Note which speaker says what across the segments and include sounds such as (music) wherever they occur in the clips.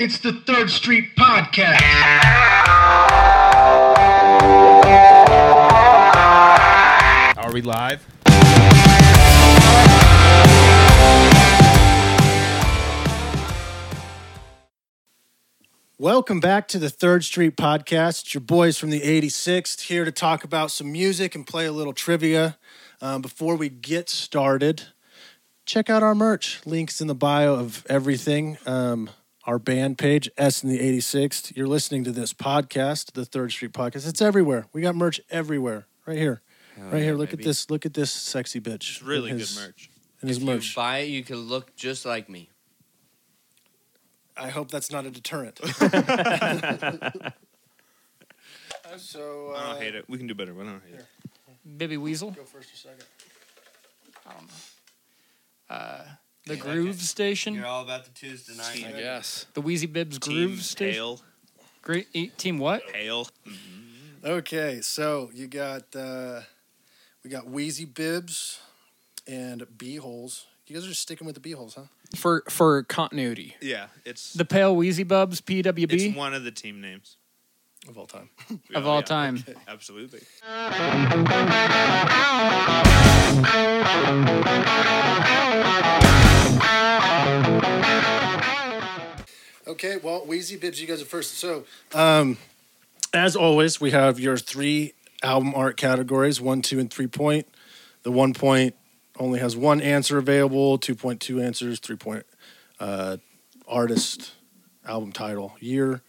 Speaker 1: It's the Third Street Podcast.
Speaker 2: Are we live?
Speaker 3: Welcome back to the Third Street Podcast. It's your boys from the 86th here to talk about some music and play a little trivia. Um, before we get started, check out our merch. Links in the bio of everything. Um, our band page, S in the 86th. You're listening to this podcast, the Third Street Podcast. It's everywhere. We got merch everywhere. Right here. right here. Look at this. Look at this sexy bitch.
Speaker 2: It's really
Speaker 3: in
Speaker 2: good
Speaker 3: his-
Speaker 2: merch.
Speaker 3: In his
Speaker 4: If
Speaker 3: merch.
Speaker 4: You buy it, you can look just like me.
Speaker 3: I hope that's not a deterrent. so, uh,
Speaker 2: I don't hate it. We can do better, but I don't hate it.
Speaker 5: Bibby Weasel.
Speaker 3: go first or second.
Speaker 5: I don't know. Uh, the Groove Station.
Speaker 4: You're all about the Tuesday night.
Speaker 2: I
Speaker 6: Yes.
Speaker 5: The Wheezy Bibs Groove Station.
Speaker 2: Pale.
Speaker 5: Great eight, Team what?
Speaker 2: Pale.
Speaker 3: Okay, so you got uh, we got Wheezy Bibs and B holes. You guys are just sticking with the B holes, huh?
Speaker 6: For for continuity.
Speaker 2: Yeah, it's
Speaker 5: The Pale Wheezy Bubs
Speaker 2: it's
Speaker 5: PWB
Speaker 2: one of the team names
Speaker 3: Of all time.
Speaker 5: of
Speaker 2: Oh,
Speaker 5: all
Speaker 2: yeah.
Speaker 5: time.
Speaker 2: Absolutely.
Speaker 3: Okay, well, Wheezy Bibs, you guys are first. So, um, as always, we have your three album art categories: one, two, and three point. The one point only has one answer available. Two point two answers. Three point uh, artist, album title, year,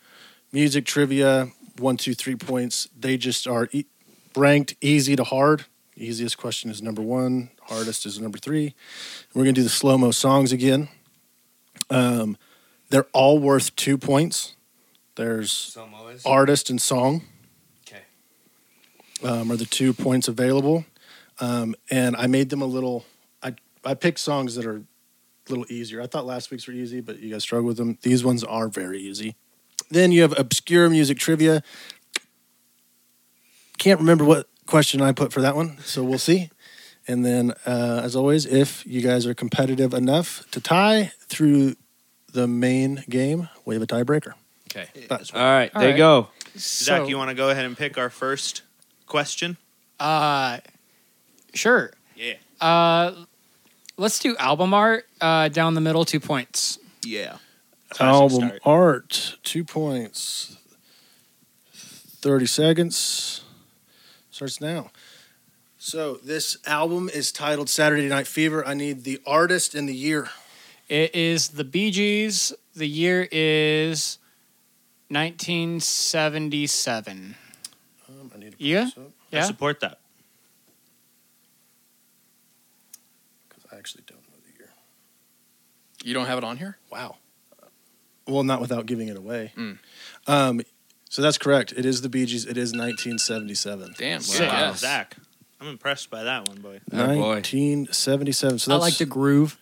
Speaker 3: music trivia. One, two, three points. They just are e- ranked easy to hard. Easiest question is number one. Hardest is number three. We're gonna do the slow mo songs again. Um, they're all worth two points. There's
Speaker 4: Some always.
Speaker 3: artist and song.
Speaker 4: Okay.
Speaker 3: Um, are the two points available? Um, and I made them a little. I I picked songs that are a little easier. I thought last week's were easy, but you guys struggled with them. These ones are very easy. Then you have obscure music trivia. Can't remember what question I put for that one, so we'll see. And then, uh, as always, if you guys are competitive enough to tie through the main game, we have a tiebreaker.
Speaker 4: Okay.
Speaker 3: That's
Speaker 4: All right.
Speaker 5: All
Speaker 4: there
Speaker 5: right.
Speaker 4: you go.
Speaker 2: (laughs) Zach, you want to go ahead and pick our first question?
Speaker 5: Uh, sure.
Speaker 2: Yeah.
Speaker 5: Uh, let's do album art. Uh, down the middle, two points.
Speaker 2: Yeah.
Speaker 3: album art two points 30 seconds starts now so this album is titled saturday night fever i need the artist and the year
Speaker 5: It is the Bee Gees. The year is 1977.
Speaker 3: um, I need to pull
Speaker 5: Yeah?
Speaker 3: this up,
Speaker 2: I
Speaker 5: Yeah?
Speaker 2: support that.
Speaker 3: 'cause i actually don't know the year
Speaker 6: You don't have it on here?
Speaker 3: wow well not without giving it away
Speaker 5: Hmm.
Speaker 6: Mm.
Speaker 3: um, so that's correct it is the bee gees it is 1977
Speaker 6: Damn.
Speaker 5: Sick.
Speaker 6: Wow.
Speaker 2: Wow,
Speaker 6: Yes.
Speaker 2: Zach. I'm impressed by that one, boy.
Speaker 6: Oh, boy.
Speaker 3: 1977 so
Speaker 5: I
Speaker 3: that's
Speaker 5: like the groove.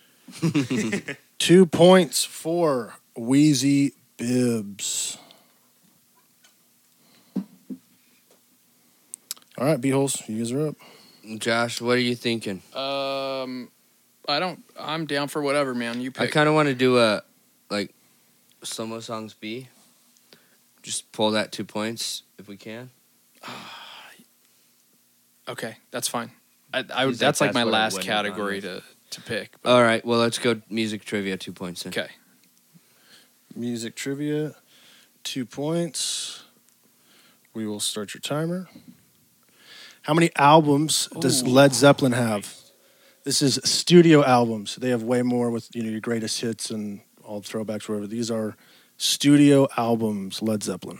Speaker 3: two points for wheezy bibs all right b-holes you guys are up
Speaker 4: Josh, what are you thinking?
Speaker 6: Um I don't I'm down for whatever, man. You
Speaker 4: I
Speaker 6: pick
Speaker 4: kind of want to do a like slow-mo songs B. Just pull that two points if we can.
Speaker 6: Okay, that's fine. I, I would
Speaker 4: He's like,
Speaker 6: that's like
Speaker 4: that's
Speaker 6: my
Speaker 4: what I
Speaker 6: last
Speaker 4: wouldn't have done
Speaker 6: category
Speaker 4: with.
Speaker 6: to to pick.
Speaker 4: All right. Well, let's go music trivia two points. Then.
Speaker 6: Okay.
Speaker 3: music trivia two points we will start your timer how many albums does led zeppelin have this is studio albums they have way more with you know your greatest hits and all throwbacks wherever these are studio albums led zeppelin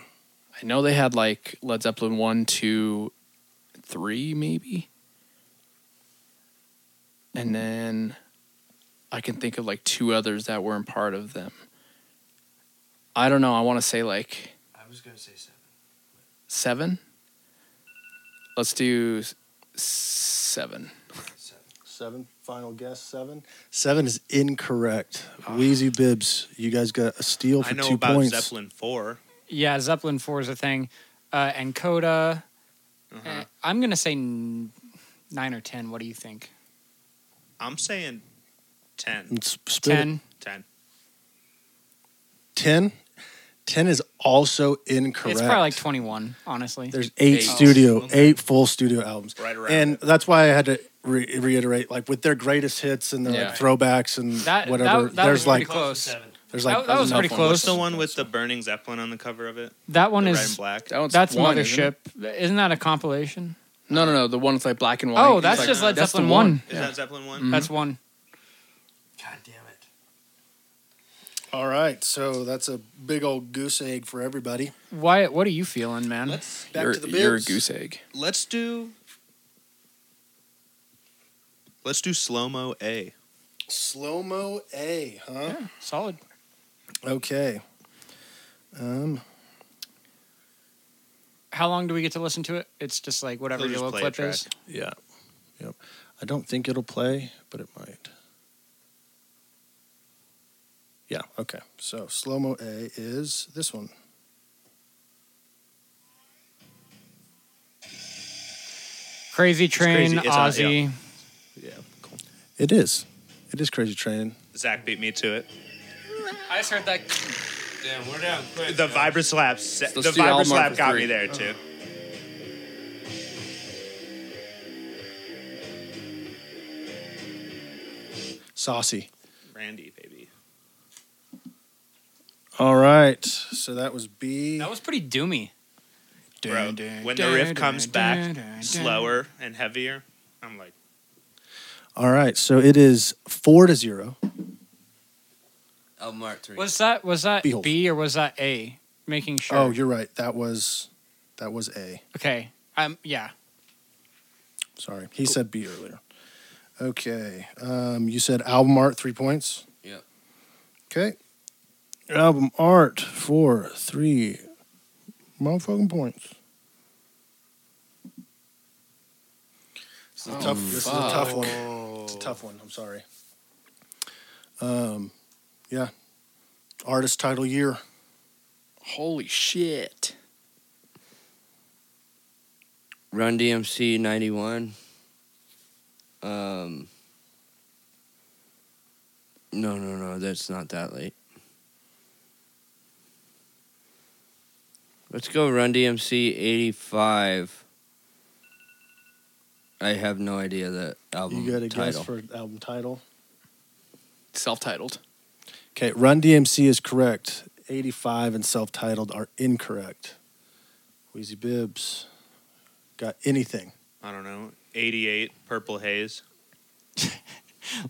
Speaker 6: I know they had like Led Zeppelin one, two, three, maybe. And then I can think of like two others that weren't part of them. I don't know. I want to say like
Speaker 4: I was gonna say seven.
Speaker 6: seven. Let's do s- seven.
Speaker 3: Seven. Final guess. Seven. Seven is incorrect. Wheezy Bibbs, you guys got a steal for
Speaker 2: I know
Speaker 3: two
Speaker 2: about
Speaker 3: points.
Speaker 2: Zeppelin 4.
Speaker 5: Yeah, Zeppelin 4 is a thing. Uh, and Coda.
Speaker 2: Uh-huh.
Speaker 6: Eh.
Speaker 5: Uh, I'm going to say n- 9 or 10. What do you think?
Speaker 2: I'm saying 10.
Speaker 5: Mm.
Speaker 3: And sp- spit it.
Speaker 5: 10?
Speaker 2: 10.
Speaker 3: Ten. Ten is also incorrect.
Speaker 5: It's probably like 21, honestly.
Speaker 3: There's eight,
Speaker 6: Eight.
Speaker 2: Oh,
Speaker 3: studio, eight full studio albums.
Speaker 2: Right around
Speaker 3: And that's why I had to re- reiterate, like with their greatest hits and their
Speaker 6: Yeah.
Speaker 3: like, throwbacks and
Speaker 5: That- that-
Speaker 3: whatever.
Speaker 5: that
Speaker 3: there's
Speaker 5: was
Speaker 3: like,
Speaker 5: pretty close.
Speaker 3: there's like,
Speaker 5: that, that was
Speaker 6: another
Speaker 5: pretty
Speaker 6: one.
Speaker 5: close.
Speaker 2: What's the one with the burning Zeppelin on the cover of it?
Speaker 5: that one
Speaker 2: the red and
Speaker 5: is
Speaker 2: black.
Speaker 6: That one's
Speaker 5: that's
Speaker 6: one, isn't
Speaker 5: Mothership.
Speaker 6: it? Mm-hmm.
Speaker 5: Isn't that a compilation?
Speaker 6: No, no, no. The one that's like black and white.
Speaker 5: Oh,
Speaker 6: It's
Speaker 5: that's
Speaker 6: like-
Speaker 5: just Led
Speaker 6: that's the
Speaker 5: Zeppelin one.
Speaker 2: Is that Zeppelin one?
Speaker 5: That's one.
Speaker 7: God damn it.
Speaker 3: all right, so that's a big old goose egg for everybody.
Speaker 5: Wyatt, what are you feeling, man?
Speaker 2: Let's
Speaker 3: Back
Speaker 6: you're,
Speaker 3: to the
Speaker 6: you're a
Speaker 3: bibs.
Speaker 6: goose egg.
Speaker 2: let's do let's do slow mo A.
Speaker 3: Slow mo A, huh?
Speaker 5: Solid.
Speaker 3: Okay. Um,
Speaker 5: How long do we get to listen to it? It's just like whatever
Speaker 2: They'll
Speaker 5: your
Speaker 2: just
Speaker 5: little
Speaker 2: play
Speaker 5: clip
Speaker 2: a
Speaker 5: is.
Speaker 3: yeah. Yep. I don't think it'll play, but it might. Yeah, okay. So slow mo A is this one.
Speaker 5: Crazy Train,
Speaker 2: crazy. It's on-
Speaker 5: Ozzy.
Speaker 2: Yeah, cool.
Speaker 3: It is. It is Crazy Train.
Speaker 2: Zach beat me to it.
Speaker 5: I just heard that.
Speaker 7: Damn, we're down quick.
Speaker 2: The vibra slap, se-
Speaker 4: Let's
Speaker 2: the
Speaker 4: do Almar
Speaker 2: vibra
Speaker 4: for
Speaker 2: slap got
Speaker 4: three.
Speaker 2: me there too.
Speaker 3: Saucy.
Speaker 2: Brandy, baby.
Speaker 3: All right. So that was B.
Speaker 5: That was pretty doomy.
Speaker 2: Bro, when the riff comes back slower and heavier, I'm like,
Speaker 3: All right. So it is four to zero.
Speaker 4: Album art Oh, three.
Speaker 5: Was that was that
Speaker 3: Behold.
Speaker 5: B or was that A? Making sure.
Speaker 3: Oh, you're right. That was that was A.
Speaker 5: okay. Um, yeah.
Speaker 3: Sorry. He said B earlier. Okay. Um, you said album art three points.
Speaker 4: Yep.
Speaker 3: Okay. Album art for three motherfucking points. This is a tough. This is a
Speaker 4: Oh.
Speaker 3: tough one. It's a tough one. I'm sorry. Um, yeah. Artist title year.
Speaker 6: Holy shit.
Speaker 4: Run DMC ninety one. Um. No, no, no. That's not that late. Let's go Run DMC eighty five. I have no idea the album
Speaker 3: You got a
Speaker 4: title.
Speaker 3: guess for album title.
Speaker 6: Self-titled.
Speaker 3: Okay, Run DMC is correct. 85 and self titled are incorrect. Wheezy Bibbs got anything.
Speaker 2: I don't know, 88 Purple Haze.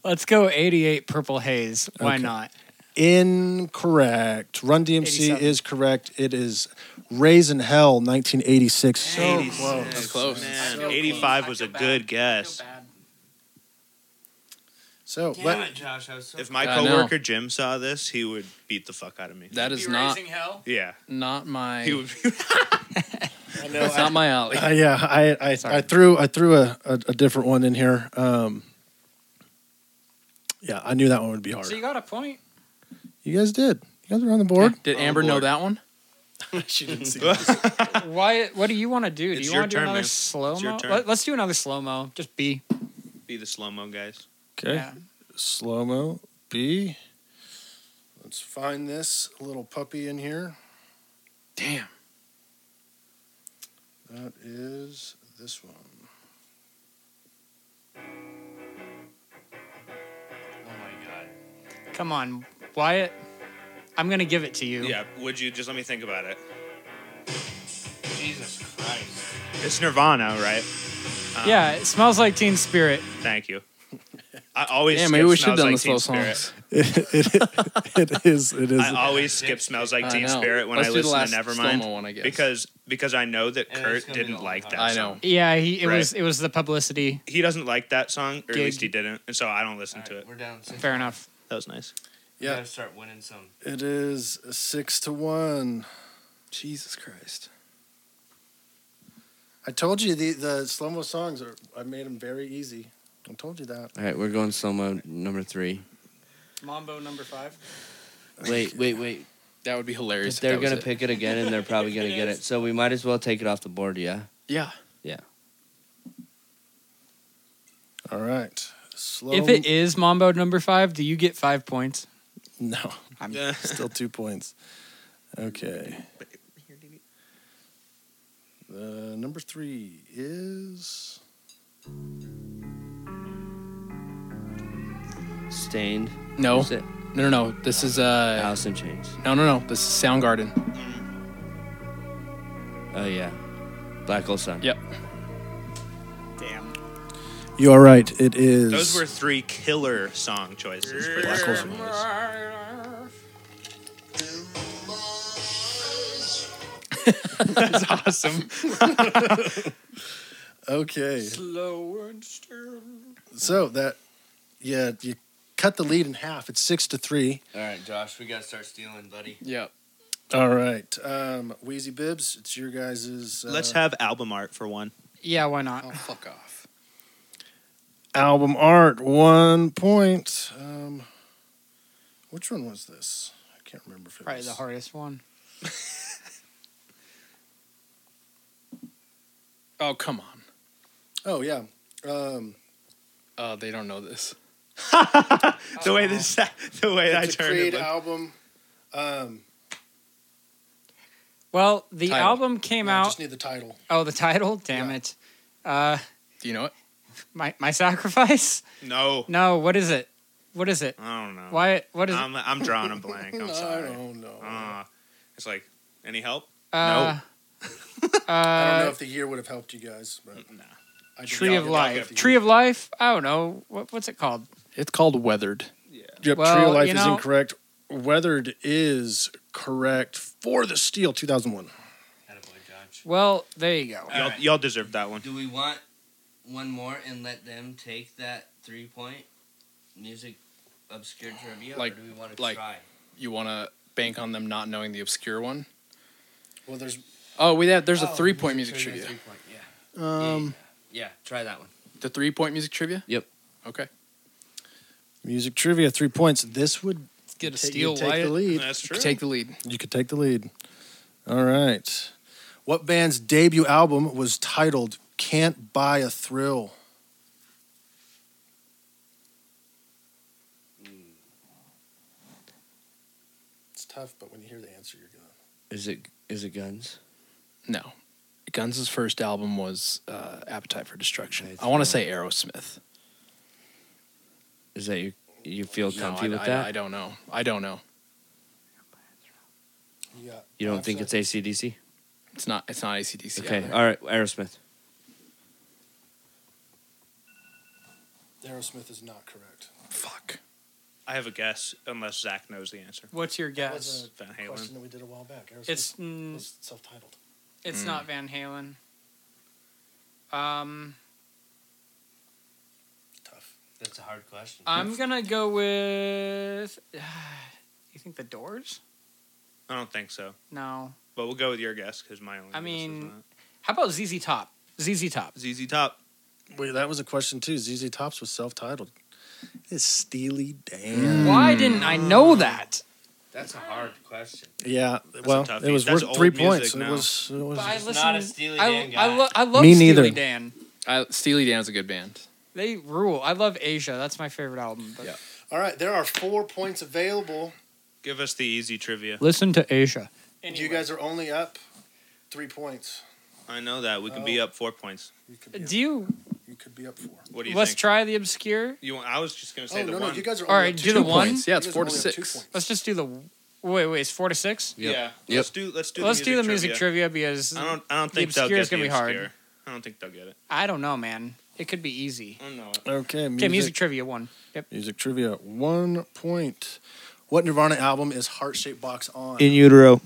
Speaker 5: Let's go 88 Purple Haze. Why
Speaker 3: Okay.
Speaker 5: not?
Speaker 3: Incorrect. Run DMC
Speaker 5: 87.
Speaker 3: is correct. It is Raisin Hell 1986.
Speaker 6: That's close.
Speaker 2: Man,
Speaker 5: So
Speaker 2: 85
Speaker 5: close.
Speaker 2: was
Speaker 5: I
Speaker 2: a
Speaker 5: feel
Speaker 2: good guess.
Speaker 3: So,
Speaker 7: Damn
Speaker 3: let,
Speaker 7: it, Josh. I was so
Speaker 2: If my
Speaker 6: I know.
Speaker 2: coworker Jim saw this, he would beat the fuck out of me.
Speaker 6: That is not
Speaker 5: hell.
Speaker 2: yeah,
Speaker 6: not my.
Speaker 2: he would. (laughs) Be,
Speaker 6: that's not
Speaker 3: (laughs)
Speaker 6: my alley.
Speaker 3: uh, yeah, I, I, I threw I threw a, a, a different one in here. Um, yeah, I knew that one would be hard.
Speaker 5: So you got a point.
Speaker 3: You guys did. You guys are on the board.
Speaker 6: Did
Speaker 2: Oh,
Speaker 6: Amber know that one?
Speaker 3: she didn't see
Speaker 5: Why? What do you want to do? Do
Speaker 2: It's
Speaker 5: you
Speaker 2: your
Speaker 5: want to do
Speaker 2: turn,
Speaker 5: another
Speaker 2: man.
Speaker 5: slow
Speaker 2: your
Speaker 5: mo?
Speaker 2: turn.
Speaker 5: Let, us do another slow mo. Just B.
Speaker 2: be the slow mo guys.
Speaker 3: Okay.
Speaker 5: Yeah.
Speaker 3: slow mo B. Let's find this little puppy in here.
Speaker 6: Damn.
Speaker 3: That is this one.
Speaker 5: Come on, Wyatt. I'm gonna give it to you.
Speaker 2: Yeah, would you just let me think about it?
Speaker 7: Jesus Christ.
Speaker 2: It's Nirvana, right? Um,
Speaker 5: Yeah. It smells like Teen Spirit.
Speaker 2: Thank you. I always
Speaker 6: Damn,
Speaker 2: skip
Speaker 6: maybe we should have
Speaker 2: smells
Speaker 6: done
Speaker 2: like
Speaker 6: the slow
Speaker 2: Teen Spirit.
Speaker 6: songs.
Speaker 3: it is. It is.
Speaker 6: (laughs)
Speaker 2: I always skip smells like
Speaker 6: I
Speaker 2: Teen
Speaker 6: know.
Speaker 2: Spirit when
Speaker 6: Let's
Speaker 2: I
Speaker 6: do the
Speaker 2: listen to
Speaker 6: last
Speaker 2: Nevermind
Speaker 6: slow-mo one, I guess.
Speaker 2: because because I know that
Speaker 7: Yeah, it's
Speaker 2: Kurt
Speaker 7: gonna be
Speaker 2: didn't
Speaker 7: a
Speaker 2: like
Speaker 7: long
Speaker 2: that.
Speaker 6: I know.
Speaker 2: Song.
Speaker 5: Yeah. He. It
Speaker 2: Right.
Speaker 5: was. It was the publicity.
Speaker 2: He doesn't like that song, or at
Speaker 5: Gig.
Speaker 2: least he didn't, and so I don't listen to
Speaker 7: Alright,
Speaker 2: it.
Speaker 7: We're down six.
Speaker 5: Fair enough.
Speaker 2: That was nice.
Speaker 7: We
Speaker 3: Yeah.
Speaker 7: gotta start winning some.
Speaker 3: It is six to one.
Speaker 6: Jesus Christ.
Speaker 3: I told you the the slow mo songs are. I made them very easy. I told you that.
Speaker 4: All right, we're going Soma
Speaker 7: (laughs)
Speaker 4: number three.
Speaker 5: Mambo number five.
Speaker 4: Wait, wait, wait.
Speaker 6: That would be hilarious.
Speaker 4: If
Speaker 6: that
Speaker 4: they're
Speaker 6: was
Speaker 4: gonna
Speaker 6: it.
Speaker 4: pick it again, and they're probably gonna get it, so we might as well take it off the board. Yeah.
Speaker 6: Yeah.
Speaker 3: All right. Slow.
Speaker 5: If it is Mambo number five, do you get five points?
Speaker 3: (laughs)
Speaker 5: (laughs)
Speaker 3: no,
Speaker 5: I'm-
Speaker 2: Yeah.
Speaker 3: still two points. Okay. The number three is
Speaker 4: Stained.
Speaker 6: No,
Speaker 4: Is it?
Speaker 6: no, no, no. This is uh,
Speaker 4: Alice in Chains.
Speaker 6: no, no, no. This is Soundgarden.
Speaker 4: Oh yeah. Black Hole Sun.
Speaker 6: Yep.
Speaker 2: Damn.
Speaker 3: you are right. It is
Speaker 2: Those were three killer song choices for
Speaker 3: Black
Speaker 2: this
Speaker 3: Hole
Speaker 2: one.
Speaker 3: Sun.
Speaker 6: That's awesome.
Speaker 3: Okay.
Speaker 5: Slow and still.
Speaker 3: So that yeah, you cut the lead in half. It's six to three.
Speaker 4: All right, Josh, we gotta start stealing, buddy.
Speaker 6: Yep.
Speaker 3: All right. Um Wheezy Bibbs, it's your guys's uh,
Speaker 2: Let's have album art for one.
Speaker 5: Yeah, why
Speaker 2: Oh,
Speaker 5: not?
Speaker 6: fuck off.
Speaker 3: album art one point. Um which one was this? I can't remember if it
Speaker 5: Probably
Speaker 3: was
Speaker 5: the hardest one.
Speaker 6: Oh come on.
Speaker 3: Oh yeah. Um
Speaker 6: Oh, they don't know this.
Speaker 2: The
Speaker 7: Oh.
Speaker 2: way this, (laughs) the way I
Speaker 3: it's a
Speaker 2: turned it.
Speaker 3: Creed
Speaker 2: looked-
Speaker 3: album. Um
Speaker 5: Well, the
Speaker 6: Title.
Speaker 5: album came
Speaker 3: I
Speaker 5: out.
Speaker 3: just need the title.
Speaker 5: Oh, the title? Damn
Speaker 3: Yeah.
Speaker 5: it. Uh,
Speaker 6: Do you know it?
Speaker 5: my my sacrifice? (laughs)
Speaker 7: uh,
Speaker 2: No,
Speaker 5: No, what is it? What is it?
Speaker 2: I don't know.
Speaker 5: Why? What is
Speaker 2: I'm, I'm drawing a blank.
Speaker 5: (laughs)
Speaker 2: I'm sorry.
Speaker 3: Oh no.
Speaker 2: Uh, it's like, any help?
Speaker 5: it? Uh,
Speaker 3: I don't know
Speaker 5: uh,
Speaker 3: if the year would have helped you guys, but
Speaker 2: Nah.
Speaker 3: I did
Speaker 5: Tree
Speaker 3: not
Speaker 5: of
Speaker 3: get
Speaker 2: Life.
Speaker 3: the
Speaker 5: Life.
Speaker 3: year.
Speaker 5: Tree of Life? I don't know. What, what's it called?
Speaker 6: It's called Weathered.
Speaker 3: Yep, Tree
Speaker 5: Well,
Speaker 3: of Life
Speaker 5: you
Speaker 3: is
Speaker 5: know-
Speaker 3: incorrect. Weathered is correct for the Steel 2001.
Speaker 7: Attaboy, Josh.
Speaker 5: Well, there you go.
Speaker 2: Y'all, y'all deserve that one.
Speaker 7: Do we want one more and let them take that three point music obscure trivia?
Speaker 6: Like-
Speaker 7: or do we want to
Speaker 6: like-
Speaker 7: try?
Speaker 6: You want to bank on them not knowing the obscure one?
Speaker 3: Well, there's
Speaker 6: Oh, we have. There's a
Speaker 7: Oh,
Speaker 6: three-point music trivia.
Speaker 7: Three point, yeah.
Speaker 3: um,
Speaker 7: Yeah, try that one.
Speaker 6: The three-point music trivia.
Speaker 4: Yep.
Speaker 6: Okay.
Speaker 3: music trivia, three points. This would
Speaker 6: Let's get
Speaker 3: take, you'd take
Speaker 5: (laughs)
Speaker 3: the lead.
Speaker 2: That's true.
Speaker 6: Take the lead.
Speaker 3: You could take the lead. All right. What band's debut album was titled Can't Buy a Thrill? It's tough, but when you hear the answer, you're going to.
Speaker 4: Is it is it Guns?
Speaker 6: No. Guns' first album was uh, Appetite for Destruction.
Speaker 4: Appetite
Speaker 6: I want to
Speaker 4: for-
Speaker 6: say Aerosmith.
Speaker 4: Is that you? You feel
Speaker 6: No,
Speaker 4: comfy
Speaker 6: I,
Speaker 4: with
Speaker 6: I-
Speaker 4: that?
Speaker 6: I don't know. I don't know.
Speaker 3: You, got
Speaker 4: you don't
Speaker 3: five
Speaker 4: think
Speaker 3: seconds.
Speaker 4: it's ACDC?
Speaker 6: It's not. It's not ACDC.
Speaker 4: Okay.
Speaker 6: either.
Speaker 4: All right, Aerosmith.
Speaker 3: Aerosmith is not correct.
Speaker 6: Fuck.
Speaker 2: I have a guess, unless Zach knows the answer.
Speaker 5: What's your
Speaker 3: Was
Speaker 5: guess?
Speaker 3: it-
Speaker 2: Van
Speaker 3: Question
Speaker 2: Halen.
Speaker 3: that we did a while back. Aerosmith
Speaker 5: It's mm,
Speaker 3: was self-titled.
Speaker 5: it's
Speaker 6: Mm.
Speaker 5: not Van Halen. Um,
Speaker 3: Tough.
Speaker 7: That's a hard question.
Speaker 5: I'm gonna go with. (sighs) you think the Doors?
Speaker 2: I don't think so.
Speaker 5: No.
Speaker 2: But we'll go with your guess, because my only
Speaker 5: I
Speaker 2: guess
Speaker 5: mean-
Speaker 2: is not.
Speaker 5: How about ZZ Top? ZZ Top.
Speaker 2: ZZ Top.
Speaker 3: Wait, that was a question too. ZZ Tops was self-titled. Mm-hmm. It's Steely Dan.
Speaker 5: Why didn't I know that?
Speaker 7: That's a hard question.
Speaker 3: Yeah,
Speaker 2: a
Speaker 3: well,
Speaker 2: toughie.
Speaker 3: it was
Speaker 2: That's
Speaker 3: worth
Speaker 2: old
Speaker 3: three
Speaker 2: music
Speaker 3: points. It
Speaker 2: now.
Speaker 3: was. It was.
Speaker 5: But I
Speaker 7: He's
Speaker 5: listen.
Speaker 7: not a Steely Dan
Speaker 5: I, I,
Speaker 7: guy.
Speaker 5: lo- I love
Speaker 3: Me
Speaker 5: Steely
Speaker 3: neither.
Speaker 5: Dan.
Speaker 6: I, Steely Dan's a good band.
Speaker 5: They rule. I love Asia. That's my favorite album. But
Speaker 6: Yeah.
Speaker 3: All right, there are four points available.
Speaker 2: Give us the easy trivia.
Speaker 5: Listen to Asia.
Speaker 3: You guys are only up three points.
Speaker 2: I know that. We could be
Speaker 3: Oh.
Speaker 2: up four points.
Speaker 3: You could be,
Speaker 5: Do you?
Speaker 3: up, you could be up four.
Speaker 2: What do you
Speaker 5: let's
Speaker 2: think?
Speaker 5: try the obscure.
Speaker 2: you want, I was just going to say
Speaker 3: Oh
Speaker 2: the
Speaker 3: no,
Speaker 2: one.
Speaker 3: no, you guys are.
Speaker 5: All
Speaker 3: only
Speaker 5: right,
Speaker 3: up
Speaker 5: do
Speaker 3: two
Speaker 5: the
Speaker 3: points.
Speaker 5: one?
Speaker 6: Points. Yeah, it's
Speaker 3: You guys
Speaker 6: four
Speaker 3: are
Speaker 6: to
Speaker 3: only up two
Speaker 6: six.
Speaker 5: Let's just do the. Wait, wait. It's four to six.
Speaker 4: Yep.
Speaker 2: Yeah.
Speaker 4: Yep.
Speaker 2: Let's do let's do
Speaker 5: Let's
Speaker 2: the
Speaker 5: do the music trivia
Speaker 2: trivia.
Speaker 5: because
Speaker 2: I don't I don't think they'll
Speaker 5: obscure
Speaker 2: get
Speaker 5: is gonna
Speaker 2: the
Speaker 5: be hard.
Speaker 2: obscure. I don't think Oh, they'll get it.
Speaker 5: I don't know, man. It could be easy.
Speaker 2: I don't know.
Speaker 3: Okay, music,
Speaker 5: Okay, music trivia one. Yep.
Speaker 3: music trivia. One point. What Nirvana album is Heart Shaped Box on?
Speaker 2: utero.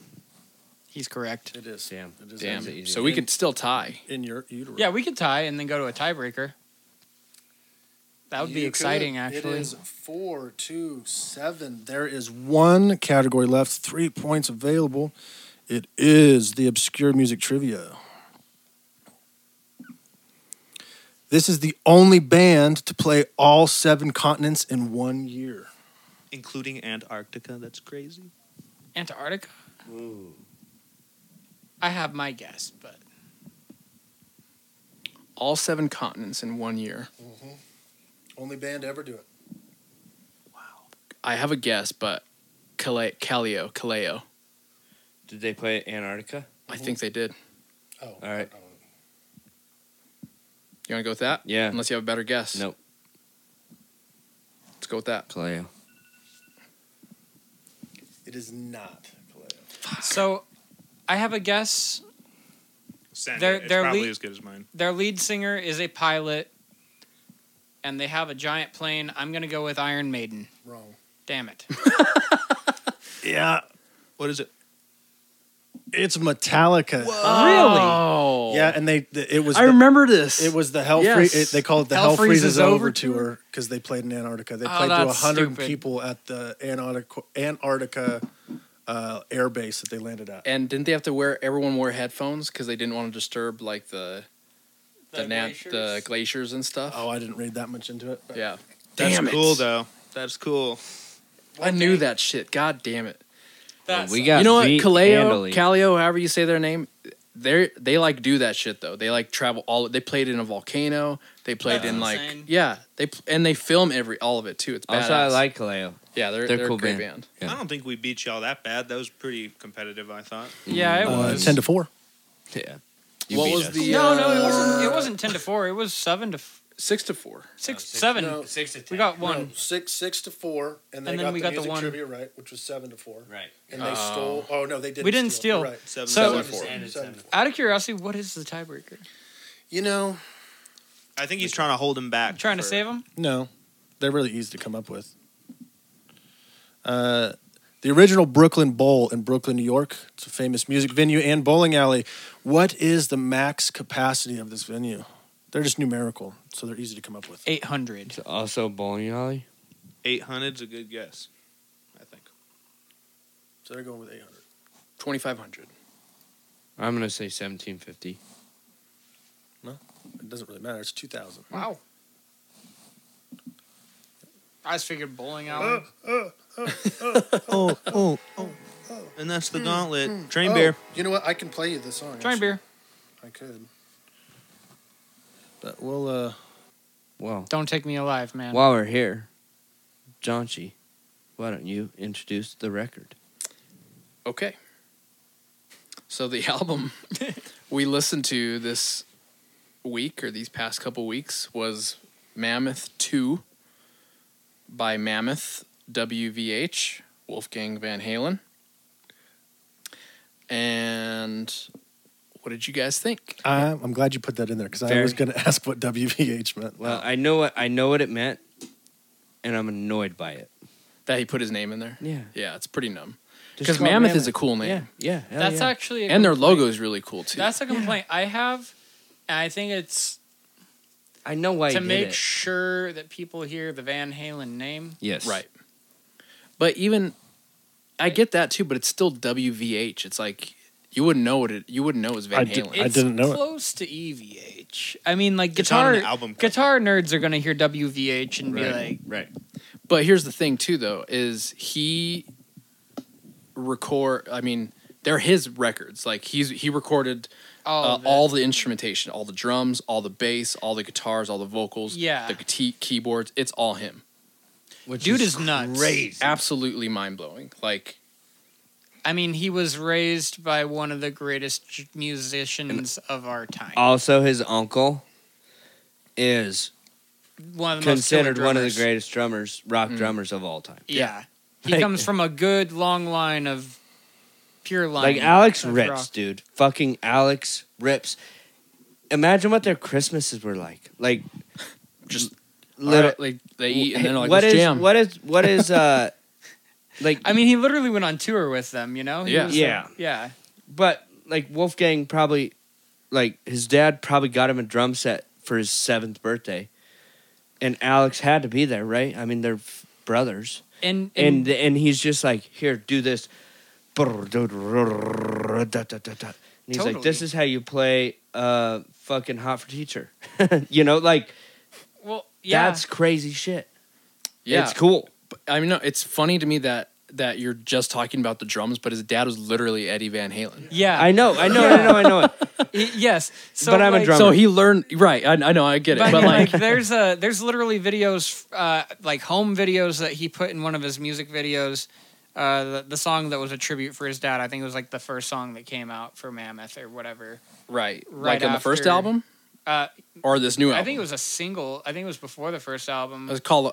Speaker 5: He's correct.
Speaker 3: it is.
Speaker 4: Damn.
Speaker 3: It is
Speaker 6: Damn.
Speaker 4: That's easy.
Speaker 6: So we could still tie.
Speaker 3: in your uterus.
Speaker 5: Yeah, we could tie and then go to a tiebreaker. That would be
Speaker 3: You
Speaker 5: exciting,
Speaker 3: could.
Speaker 5: actually.
Speaker 3: It is four, two, seven. There is one category left, three points available. It is the obscure music trivia. This is the only band to play all seven continents in one year.
Speaker 2: Including Antarctica. That's crazy.
Speaker 5: Antarctica. I have my guess, but
Speaker 6: All seven continents in one year.
Speaker 3: Only band to ever do it.
Speaker 6: I have a guess, but Cala- Calio, Caleo.
Speaker 4: Did they play Antarctica?
Speaker 6: I think they did.
Speaker 3: Oh,
Speaker 4: All right.
Speaker 6: You want to go with that?
Speaker 4: Yeah.
Speaker 6: Unless you have a better guess.
Speaker 4: Nope.
Speaker 6: Let's go with that.
Speaker 4: Kaleo.
Speaker 3: It is not Kaleo.
Speaker 5: So I have a guess.
Speaker 2: Send
Speaker 5: They're-
Speaker 2: it. It's
Speaker 5: they're
Speaker 2: probably
Speaker 5: le-
Speaker 2: as good as mine.
Speaker 5: Their lead singer is a pilot, and they have a giant plane. I'm gonna go with Iron Maiden.
Speaker 3: Wrong.
Speaker 5: Damn
Speaker 6: (laughs)
Speaker 5: it.
Speaker 3: Yeah,
Speaker 2: What is it?
Speaker 3: it's Metallica.
Speaker 5: Really?
Speaker 6: Oh.
Speaker 3: Yeah, and they th- it was
Speaker 6: I
Speaker 3: the-
Speaker 6: remember this.
Speaker 3: it was the hell
Speaker 6: Yes.
Speaker 3: free, it, they called it the hell,
Speaker 6: Hell Freezes
Speaker 3: freezes,
Speaker 6: Over
Speaker 3: over
Speaker 6: tour?
Speaker 3: tour because they played in Antarctica. They
Speaker 5: Oh,
Speaker 3: played to
Speaker 5: that's
Speaker 3: hundred
Speaker 5: stupid.
Speaker 3: people at the Antarctica Antarctica uh, air base that they landed at.
Speaker 6: And didn't they have to wear? Everyone wore headphones because they didn't want to disturb like the the the, nat- the glaciers and stuff.
Speaker 3: Oh, I didn't read that much into it. but-
Speaker 6: yeah.
Speaker 2: That's
Speaker 6: Damn it.
Speaker 2: cool though. That's cool.
Speaker 6: I knew that shit. God damn it.
Speaker 5: That's
Speaker 4: we got
Speaker 6: you know what?
Speaker 4: beat
Speaker 6: Kaleo,
Speaker 4: handily.
Speaker 6: Calio, however you say their name, they they like do that shit though. They like travel all. They played in a volcano. They played
Speaker 5: That's
Speaker 6: in like
Speaker 5: insane.
Speaker 6: yeah. They pl- and they film every all of it too. It's badass.
Speaker 4: Also, I like Kaleo.
Speaker 6: yeah. They're
Speaker 4: they're
Speaker 6: they're, a
Speaker 4: cool
Speaker 6: great band.
Speaker 4: band.
Speaker 2: I don't think we beat y'all that bad. That was pretty competitive, I thought.
Speaker 5: yeah, it
Speaker 3: Uh,
Speaker 5: was.
Speaker 3: ten to four.
Speaker 4: Yeah.
Speaker 6: What
Speaker 4: beat
Speaker 6: was
Speaker 4: us.
Speaker 6: the
Speaker 5: no, no, it
Speaker 6: uh,
Speaker 5: wasn't. It wasn't ten to four. It was seven to f-
Speaker 6: six to four?
Speaker 5: six, seven.
Speaker 3: No,
Speaker 7: Six to ten.
Speaker 5: We got
Speaker 3: no,
Speaker 5: one.
Speaker 3: six six to four, and they
Speaker 5: And then
Speaker 3: got
Speaker 5: we
Speaker 3: the
Speaker 5: got the
Speaker 3: music
Speaker 5: one-
Speaker 3: trivia right, which was seven to four.
Speaker 7: Right.
Speaker 3: And they stole. Oh no, they didn't.
Speaker 5: We didn't
Speaker 3: steal.
Speaker 5: steal.
Speaker 3: Right.
Speaker 2: Seven,
Speaker 5: So-
Speaker 2: seven,
Speaker 6: Seven,
Speaker 2: four.
Speaker 6: four.
Speaker 7: And it's
Speaker 3: Seven.
Speaker 7: seven.
Speaker 5: Out of curiosity, what is the tiebreaker?
Speaker 3: You know,
Speaker 2: I think he's trying to hold him back.
Speaker 5: Trying to
Speaker 2: for-
Speaker 5: save them?
Speaker 3: no, they're really easy to come up with. Uh, the original Brooklyn Bowl in Brooklyn, New York. It's a famous music venue and bowling alley. What is the max capacity of this venue? They're just numerical, so they're easy to come up with.
Speaker 5: Eight hundred.
Speaker 4: It's also bowling alley.
Speaker 2: 800's a good guess, I think.
Speaker 3: So they're going with 800.
Speaker 6: Twenty five hundred.
Speaker 4: I'm gonna say 1750.
Speaker 3: It doesn't really matter. It's 2,000.
Speaker 5: Wow. I just figured bowling alley.
Speaker 2: Oh, oh, oh. And that's the gauntlet. Train beer.
Speaker 3: You know what? I can play you the song.
Speaker 5: Trying beer.
Speaker 3: I could. But we'll, uh,
Speaker 4: Well,
Speaker 5: Don't take me alive, man.
Speaker 4: while we're here, Jonchi, why don't you introduce the record?
Speaker 6: Okay. So the (laughs) album we listened to this week or these past couple weeks was Mammoth 2 by Mammoth WVH Wolfgang Van Halen. And what did you guys think?
Speaker 3: I'm, I'm glad you put that in there because I
Speaker 4: Very-
Speaker 3: was going to (laughs) ask what WVH meant.
Speaker 4: Well, I know what I know what it meant, and I'm annoyed by it.
Speaker 6: That he put his name in there?
Speaker 4: Yeah.
Speaker 6: Yeah, it's pretty numb.
Speaker 4: Just
Speaker 6: Because
Speaker 4: call it
Speaker 6: Mammoth, is a cool name.
Speaker 4: Yeah, yeah. hell
Speaker 5: That's
Speaker 4: yeah.
Speaker 5: actually a
Speaker 6: And their
Speaker 5: complaint.
Speaker 6: logo is really cool too.
Speaker 5: That's a complaint I have, and I think it's
Speaker 4: I know why
Speaker 5: to
Speaker 4: he
Speaker 5: make
Speaker 4: did it.
Speaker 5: sure that people hear the Van Halen name.
Speaker 4: yes,
Speaker 6: Right. But even I get that too, but it's still WVH. It's like you wouldn't know what it you wouldn't know it was Van
Speaker 3: I
Speaker 6: Halen.
Speaker 3: did- I didn't know it.
Speaker 5: close to EVH. I mean, like
Speaker 2: It's on
Speaker 5: guitar
Speaker 2: an album cover.
Speaker 5: guitar nerds are gonna hear WVH and be like,
Speaker 4: Right.
Speaker 6: but here's the thing too though, is he record I mean, they're his records. Like he's he recorded
Speaker 5: all,
Speaker 6: all, uh,
Speaker 5: of it.
Speaker 6: all the instrumentation, all the drums, all the bass, all the guitars, all the vocals,
Speaker 5: Yeah.
Speaker 6: the key- keyboards. It's all him.
Speaker 4: Which
Speaker 5: dude is nuts.
Speaker 6: Absolutely mind blowing. Like
Speaker 5: I mean, he was raised by one of the greatest j- musicians of our time.
Speaker 4: also his uncle is
Speaker 5: one of the most killer
Speaker 4: considered one of the
Speaker 5: drummers.
Speaker 4: greatest drummers, rock drummers of all time.
Speaker 5: Yeah, he
Speaker 4: Like-
Speaker 5: comes from a good long line of pure line.
Speaker 4: Like Alex
Speaker 5: of
Speaker 4: rips,
Speaker 5: rock.
Speaker 4: dude. Fucking Alex rips. Imagine what their Christmases were like. Like
Speaker 6: Just-
Speaker 4: little
Speaker 6: alright, like they eat and then like
Speaker 4: what
Speaker 6: let's
Speaker 4: is-
Speaker 6: jam.
Speaker 4: what is what is
Speaker 6: (laughs)
Speaker 4: uh like
Speaker 5: I mean, he literally went on tour with them. You know? He
Speaker 6: Yeah.
Speaker 5: was-
Speaker 4: yeah.
Speaker 5: yeah.
Speaker 4: But like Wolfgang probably like his dad probably got him a drum set for his 7th birthday. And Alex had to be there, right? I mean, they're f- brothers.
Speaker 5: And and,
Speaker 4: and and he's just like, here, do this. And he's like, this
Speaker 5: Totally.
Speaker 4: is how you play uh fucking hot for teacher. (laughs) you know, like
Speaker 5: well, yeah.
Speaker 4: that's crazy shit.
Speaker 6: yeah.
Speaker 4: It's cool.
Speaker 6: I mean, no, it's funny to me that that you're just talking about the drums, but his dad was literally Eddie Van Halen.
Speaker 5: yeah.
Speaker 4: I know, I know, I know, I know it.
Speaker 5: Y- yes. So,
Speaker 4: But I'm a
Speaker 5: like-
Speaker 4: drummer.
Speaker 6: So he learned right. I, I know, I get it,
Speaker 5: But,
Speaker 6: but,
Speaker 5: like,
Speaker 6: like,
Speaker 5: there's a there's literally videos, uh, like home videos that he put in one of his music videos uh, the, the song that was a tribute for his dad. I think it was like the first song that came out for Mammoth or whatever.
Speaker 6: (laughs) Right.
Speaker 5: Right
Speaker 6: like on the first
Speaker 5: after-
Speaker 6: album
Speaker 5: Uh,
Speaker 6: or this new album.
Speaker 5: I think it was a single. I think it was before the first album.
Speaker 6: It was called.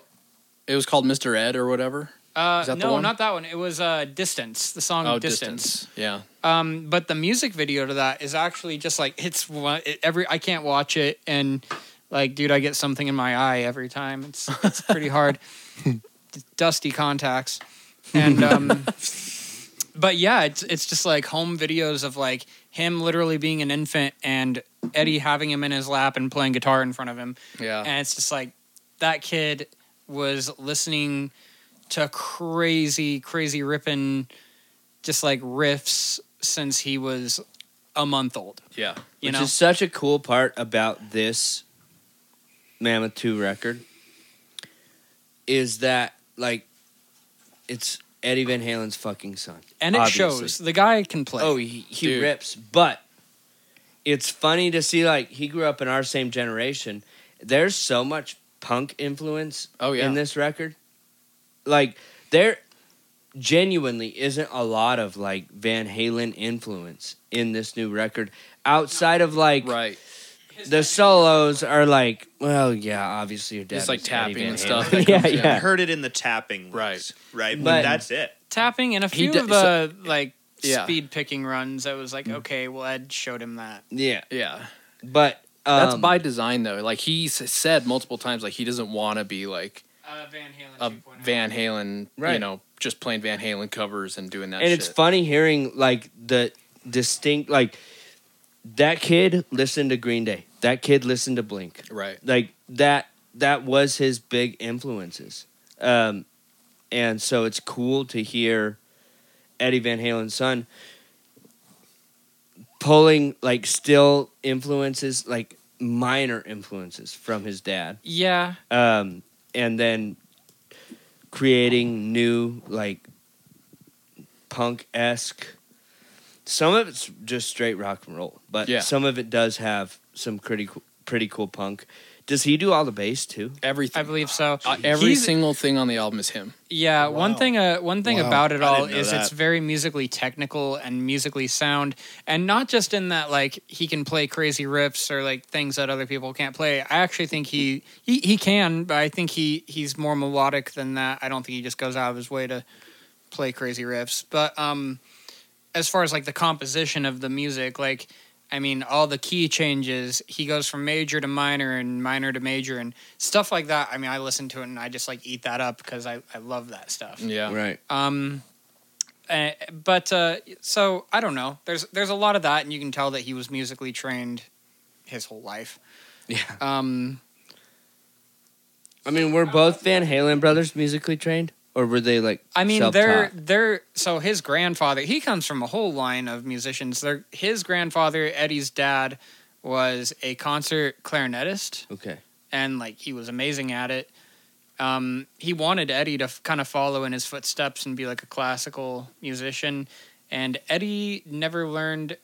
Speaker 6: It was called Mr. Ed or whatever.
Speaker 5: Uh,
Speaker 6: Is that the
Speaker 5: no,
Speaker 6: one?
Speaker 5: not that one. It was uh, Distance, the song
Speaker 6: oh,
Speaker 5: Distance.
Speaker 6: distance. Yeah.
Speaker 5: Um, but the music video to that is actually just like it's one it, every I can't watch it and like dude I get something in my eye every time. It's it's pretty
Speaker 6: (laughs)
Speaker 5: hard. D- Dusty contacts.
Speaker 6: (laughs)
Speaker 5: And um but yeah, it's it's just like home videos of like him literally being an infant and Eddie having him in his lap and playing guitar in front of him
Speaker 6: Yeah.
Speaker 5: and it's just like that kid was listening to crazy crazy ripping just like riffs since he was a month old
Speaker 6: yeah.
Speaker 5: you
Speaker 4: Which
Speaker 5: know
Speaker 4: is (laughs) such a cool part about this Mammoth 2 record is that, like, it's Eddie Van Halen's fucking son.
Speaker 5: and it
Speaker 4: obviously.
Speaker 5: shows the guy can play
Speaker 4: Oh, he, he
Speaker 6: Dude.
Speaker 4: rips. But it's funny to see, like, he grew up in our same generation. There's so much punk influence
Speaker 6: Oh yeah.
Speaker 4: in this record. Like, there genuinely isn't a lot of, like, Van Halen influence in this new record outside of, like,
Speaker 6: right.
Speaker 4: the solos are like, well, yeah, obviously your dad.
Speaker 6: Just like
Speaker 4: was Eddie
Speaker 6: tapping
Speaker 4: Van
Speaker 6: and
Speaker 4: Halen. (laughs)
Speaker 6: stuff. that
Speaker 4: yeah,
Speaker 6: comes in.
Speaker 2: I
Speaker 4: yeah.
Speaker 2: heard it in the tapping, ones, Right, but,
Speaker 4: But-
Speaker 2: that's it.
Speaker 5: tapping and a
Speaker 6: He
Speaker 5: few
Speaker 6: d-
Speaker 5: of the like
Speaker 6: Yeah. Mm-hmm.
Speaker 5: speed picking runs i was like okay well ed showed him that
Speaker 4: Yeah,
Speaker 6: Yeah.
Speaker 4: but um,
Speaker 6: That's by design though. Like he s- said multiple times, like he doesn't want to be like
Speaker 5: uh, van halen
Speaker 6: a Van Halen. You
Speaker 4: Right.
Speaker 6: know, just playing Van Halen covers and doing that.
Speaker 4: and
Speaker 6: shit.
Speaker 4: it's funny hearing like the distinct like that kid listened to Green Day. That kid listened to Blink.
Speaker 6: Right.
Speaker 4: Like that. That was his big influences. Um, and so it's cool to hear Eddie Van Halen's son pulling like still influences like minor influences from his dad
Speaker 5: yeah
Speaker 4: um, and then creating new like punk esque. Some of it's just straight rock and roll, but
Speaker 6: Yeah.
Speaker 4: some of it does have some pretty cool, pretty cool punk. Does he do all the bass too?
Speaker 5: i
Speaker 6: Everything.
Speaker 5: believe so
Speaker 6: uh, every
Speaker 5: He's-
Speaker 6: single thing on the album is him.
Speaker 5: Yeah, one
Speaker 3: Oh, Wow.
Speaker 5: thing. Uh, one thing
Speaker 3: Wow.
Speaker 5: about it
Speaker 2: I
Speaker 5: all
Speaker 2: didn't know
Speaker 5: is it's
Speaker 2: that.
Speaker 5: very musically technical and musically sound, and not just in that like he can play crazy riffs or like things that other people can't play. I actually think he he, he can, but I think he he's more melodic than that. I don't think he just goes out of his way to play crazy riffs. But um, as far as like the composition of the music, like I mean, all the key changes. He goes from major to minor and minor to major and stuff like that. I mean, I listen to it and I just like eat that up because I, I love that stuff.
Speaker 6: Yeah.
Speaker 4: Right.
Speaker 5: Um, eh, but uh, so I don't know. There's there's a lot of that, and you can tell that he was musically trained his whole life.
Speaker 4: Yeah.
Speaker 5: Um,
Speaker 4: I mean, were both Van Halen brothers musically trained, or were they like?
Speaker 5: I mean, they're
Speaker 4: self-taught?
Speaker 5: they're so his grandfather. He comes from a whole line of musicians. Their his grandfather Eddie's dad was a concert clarinetist.
Speaker 4: okay.
Speaker 5: and like he was amazing at it. Um, he wanted Eddie to f- kind of follow in his footsteps and be like a classical musician, and Eddie never learned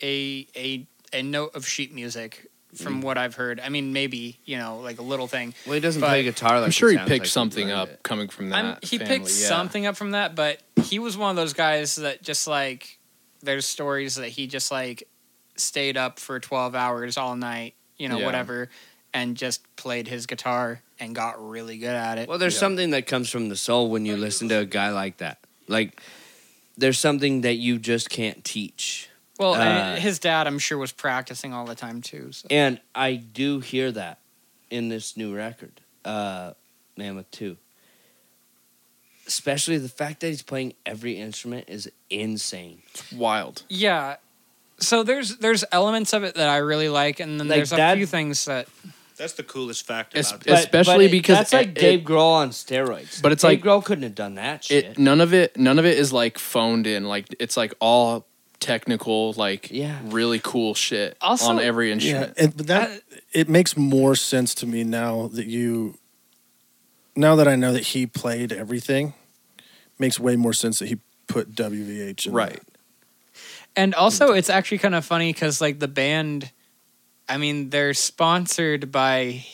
Speaker 5: a a a note of sheet music from
Speaker 6: Mm.
Speaker 5: what I've heard. I mean, maybe you know, like a little thing.
Speaker 4: Well, he doesn't
Speaker 5: But-
Speaker 4: play guitar. Like
Speaker 6: I'm sure
Speaker 4: it
Speaker 6: he
Speaker 4: sounds
Speaker 6: picked
Speaker 4: like
Speaker 6: something
Speaker 4: learned
Speaker 6: up
Speaker 4: it.
Speaker 6: coming from that.
Speaker 5: I'm, he
Speaker 6: family,
Speaker 5: picked
Speaker 6: yeah.
Speaker 5: something up from that, but he was one of those guys that just like there's stories that he just like stayed up for 12 hours all night, you know,
Speaker 6: Yeah.
Speaker 5: whatever, and just played his guitar and got really good at it.
Speaker 4: Well, there's
Speaker 6: Yeah.
Speaker 4: something that comes from the soul when you listen to a guy like that. Like, there's something that you just can't teach.
Speaker 5: Well,
Speaker 4: Uh,
Speaker 5: and his dad, I'm sure, was practicing all the time too. So.
Speaker 4: And I do hear that in this new record, uh, Mammoth 2. Especially the fact that he's playing every instrument is insane.
Speaker 6: Wild.
Speaker 5: Yeah. So there's there's elements of it that I really like, and then
Speaker 4: Like
Speaker 5: there's a
Speaker 4: that-
Speaker 5: few things that
Speaker 2: That's the coolest fact
Speaker 6: It's-
Speaker 2: about
Speaker 6: it's-
Speaker 2: this.
Speaker 6: Especially
Speaker 4: it-
Speaker 6: because
Speaker 4: that's like
Speaker 6: it-
Speaker 4: Dave Grohl on steroids.
Speaker 6: But it's
Speaker 4: Dave
Speaker 6: like-
Speaker 4: Grohl couldn't have done that shit.
Speaker 6: It none of it none of it is like phoned in. Like it's like all technical, like
Speaker 4: Yeah.
Speaker 6: really cool shit
Speaker 5: Also-
Speaker 6: on every
Speaker 3: Yeah,
Speaker 6: instrument.
Speaker 3: and, but that it makes more sense to me now that you, now that I know that he played everything, makes way more sense that he put WVH in.
Speaker 6: Right.
Speaker 5: And also, it's actually kind of funny because like the band, I mean, they're sponsored by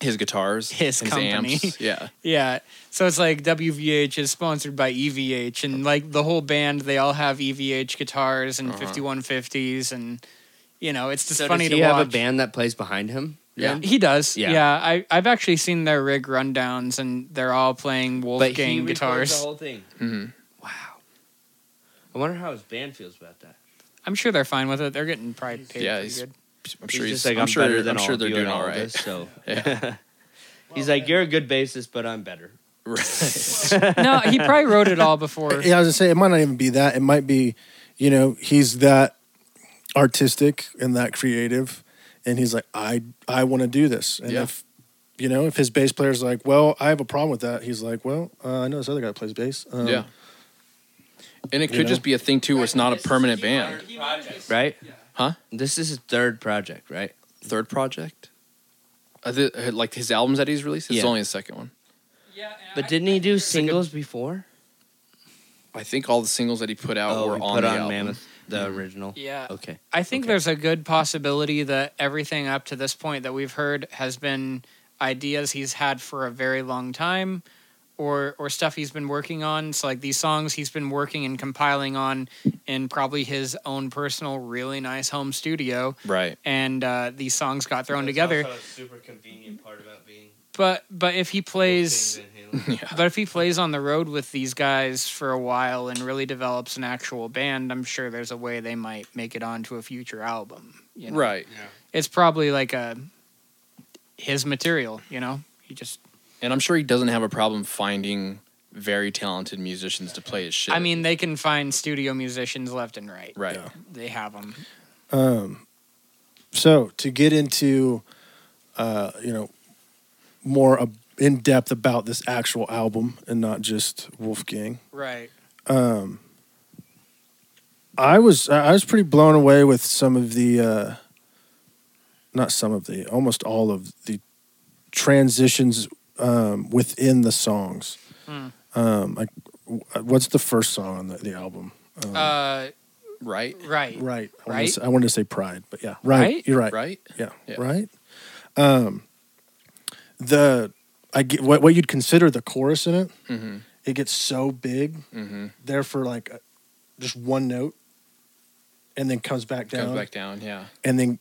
Speaker 6: his guitars,
Speaker 5: His company.
Speaker 4: (laughs)
Speaker 6: amps. Yeah,
Speaker 5: Yeah. So it's like WVH is sponsored by EVH and like the whole band they all have EVH guitars and
Speaker 6: Uh-huh.
Speaker 5: 5150s and you know, it's just
Speaker 4: so
Speaker 5: funny
Speaker 4: does he
Speaker 5: to
Speaker 4: have
Speaker 5: watch.
Speaker 4: a band that plays behind him?
Speaker 6: Yeah.
Speaker 4: then?
Speaker 5: He does. Yeah.
Speaker 4: Yeah.
Speaker 5: I I've actually seen their rig rundowns and they're all playing
Speaker 4: but he
Speaker 5: Wolfgang
Speaker 4: records
Speaker 5: guitars.
Speaker 4: The whole thing.
Speaker 6: hmm
Speaker 4: Wow. I wonder how his band feels about that.
Speaker 5: I'm sure they're fine with it. They're getting probably paid
Speaker 6: Yeah,
Speaker 5: pretty
Speaker 6: he's-
Speaker 4: (laughs)
Speaker 5: good.
Speaker 6: I'm sure he's,
Speaker 4: just like
Speaker 6: I'm, sure,
Speaker 4: better than
Speaker 6: I'm
Speaker 4: all
Speaker 6: sure
Speaker 4: of
Speaker 6: they're
Speaker 4: you and
Speaker 6: doing
Speaker 4: all
Speaker 6: all
Speaker 4: of
Speaker 6: right.
Speaker 4: This, so (laughs)
Speaker 6: Yeah.
Speaker 4: he's like, you're a good bassist, but I'm better.
Speaker 6: Right.
Speaker 5: no, he probably wrote it all before.
Speaker 3: Yeah, I was gonna say it might not even be that. It might be, you know, he's that artistic and that creative, and he's like, I I want to do this. And
Speaker 6: Yeah.
Speaker 3: if you know, if his bass player's like, well, I have a problem with that, he's like, well, uh, I know this other guy plays bass. Um,
Speaker 6: yeah. And it
Speaker 3: you
Speaker 6: could just
Speaker 3: know?
Speaker 6: be a thing too, where it's not a permanent band.
Speaker 4: Right?
Speaker 6: Huh?
Speaker 4: This is his third project, right?
Speaker 6: Third project. Uh, the, uh, like his albums that he's released. It's
Speaker 4: Yeah.
Speaker 6: only his second one.
Speaker 4: But didn't he do singles before?
Speaker 6: I think all the singles that he put out were
Speaker 4: he
Speaker 6: on
Speaker 4: put
Speaker 6: the
Speaker 4: Oh, on
Speaker 6: album.
Speaker 4: Mammoth, the Mm-hmm. original.
Speaker 5: Yeah.
Speaker 4: Okay.
Speaker 5: I think there's a good possibility that everything up to this point that we've heard has been ideas he's had for a very long time or or stuff he's been working on. So like these songs he's been working and compiling on in probably his own personal really nice home studio
Speaker 6: Right.
Speaker 5: and uh, these songs got thrown together.
Speaker 7: Also a super convenient part about being
Speaker 5: But but if he plays (laughs)
Speaker 7: Wolfgang Van Halen.
Speaker 6: Yeah.
Speaker 5: but if he plays on the road with these guys for a while and really develops an actual band, I'm sure there's a way they might make it onto a future album. You know?
Speaker 6: Right.
Speaker 5: it's probably like a his material, you know. He just
Speaker 6: And I'm sure he doesn't have a problem finding very talented musicians to play his shit.
Speaker 5: I mean, they can find studio musicians left and right.
Speaker 6: right.
Speaker 3: Yeah.
Speaker 5: They have them.
Speaker 3: Um, so to get into, uh, you know, more ab- in depth about this actual album and not just Wolfgang.
Speaker 5: Right.
Speaker 3: um i was i was pretty blown away with some of the uh not some of the almost all of the transitions um within the songs
Speaker 5: Hmm.
Speaker 3: um like w- what's the first song on the, the album um,
Speaker 5: Uh,
Speaker 6: Right.
Speaker 5: right.
Speaker 3: right I wanted,
Speaker 5: right?
Speaker 3: To say, I wanted to say pride but yeah right,
Speaker 5: Right?
Speaker 3: you're right
Speaker 6: Right.
Speaker 3: yeah,
Speaker 6: Yeah.
Speaker 3: right um the i get what, what you'd consider the chorus in it
Speaker 6: Mm-hmm.
Speaker 3: it gets so big
Speaker 6: Mm-hmm.
Speaker 3: there for like uh, just one note and then comes back down
Speaker 6: Comes back down. Yeah.
Speaker 3: and then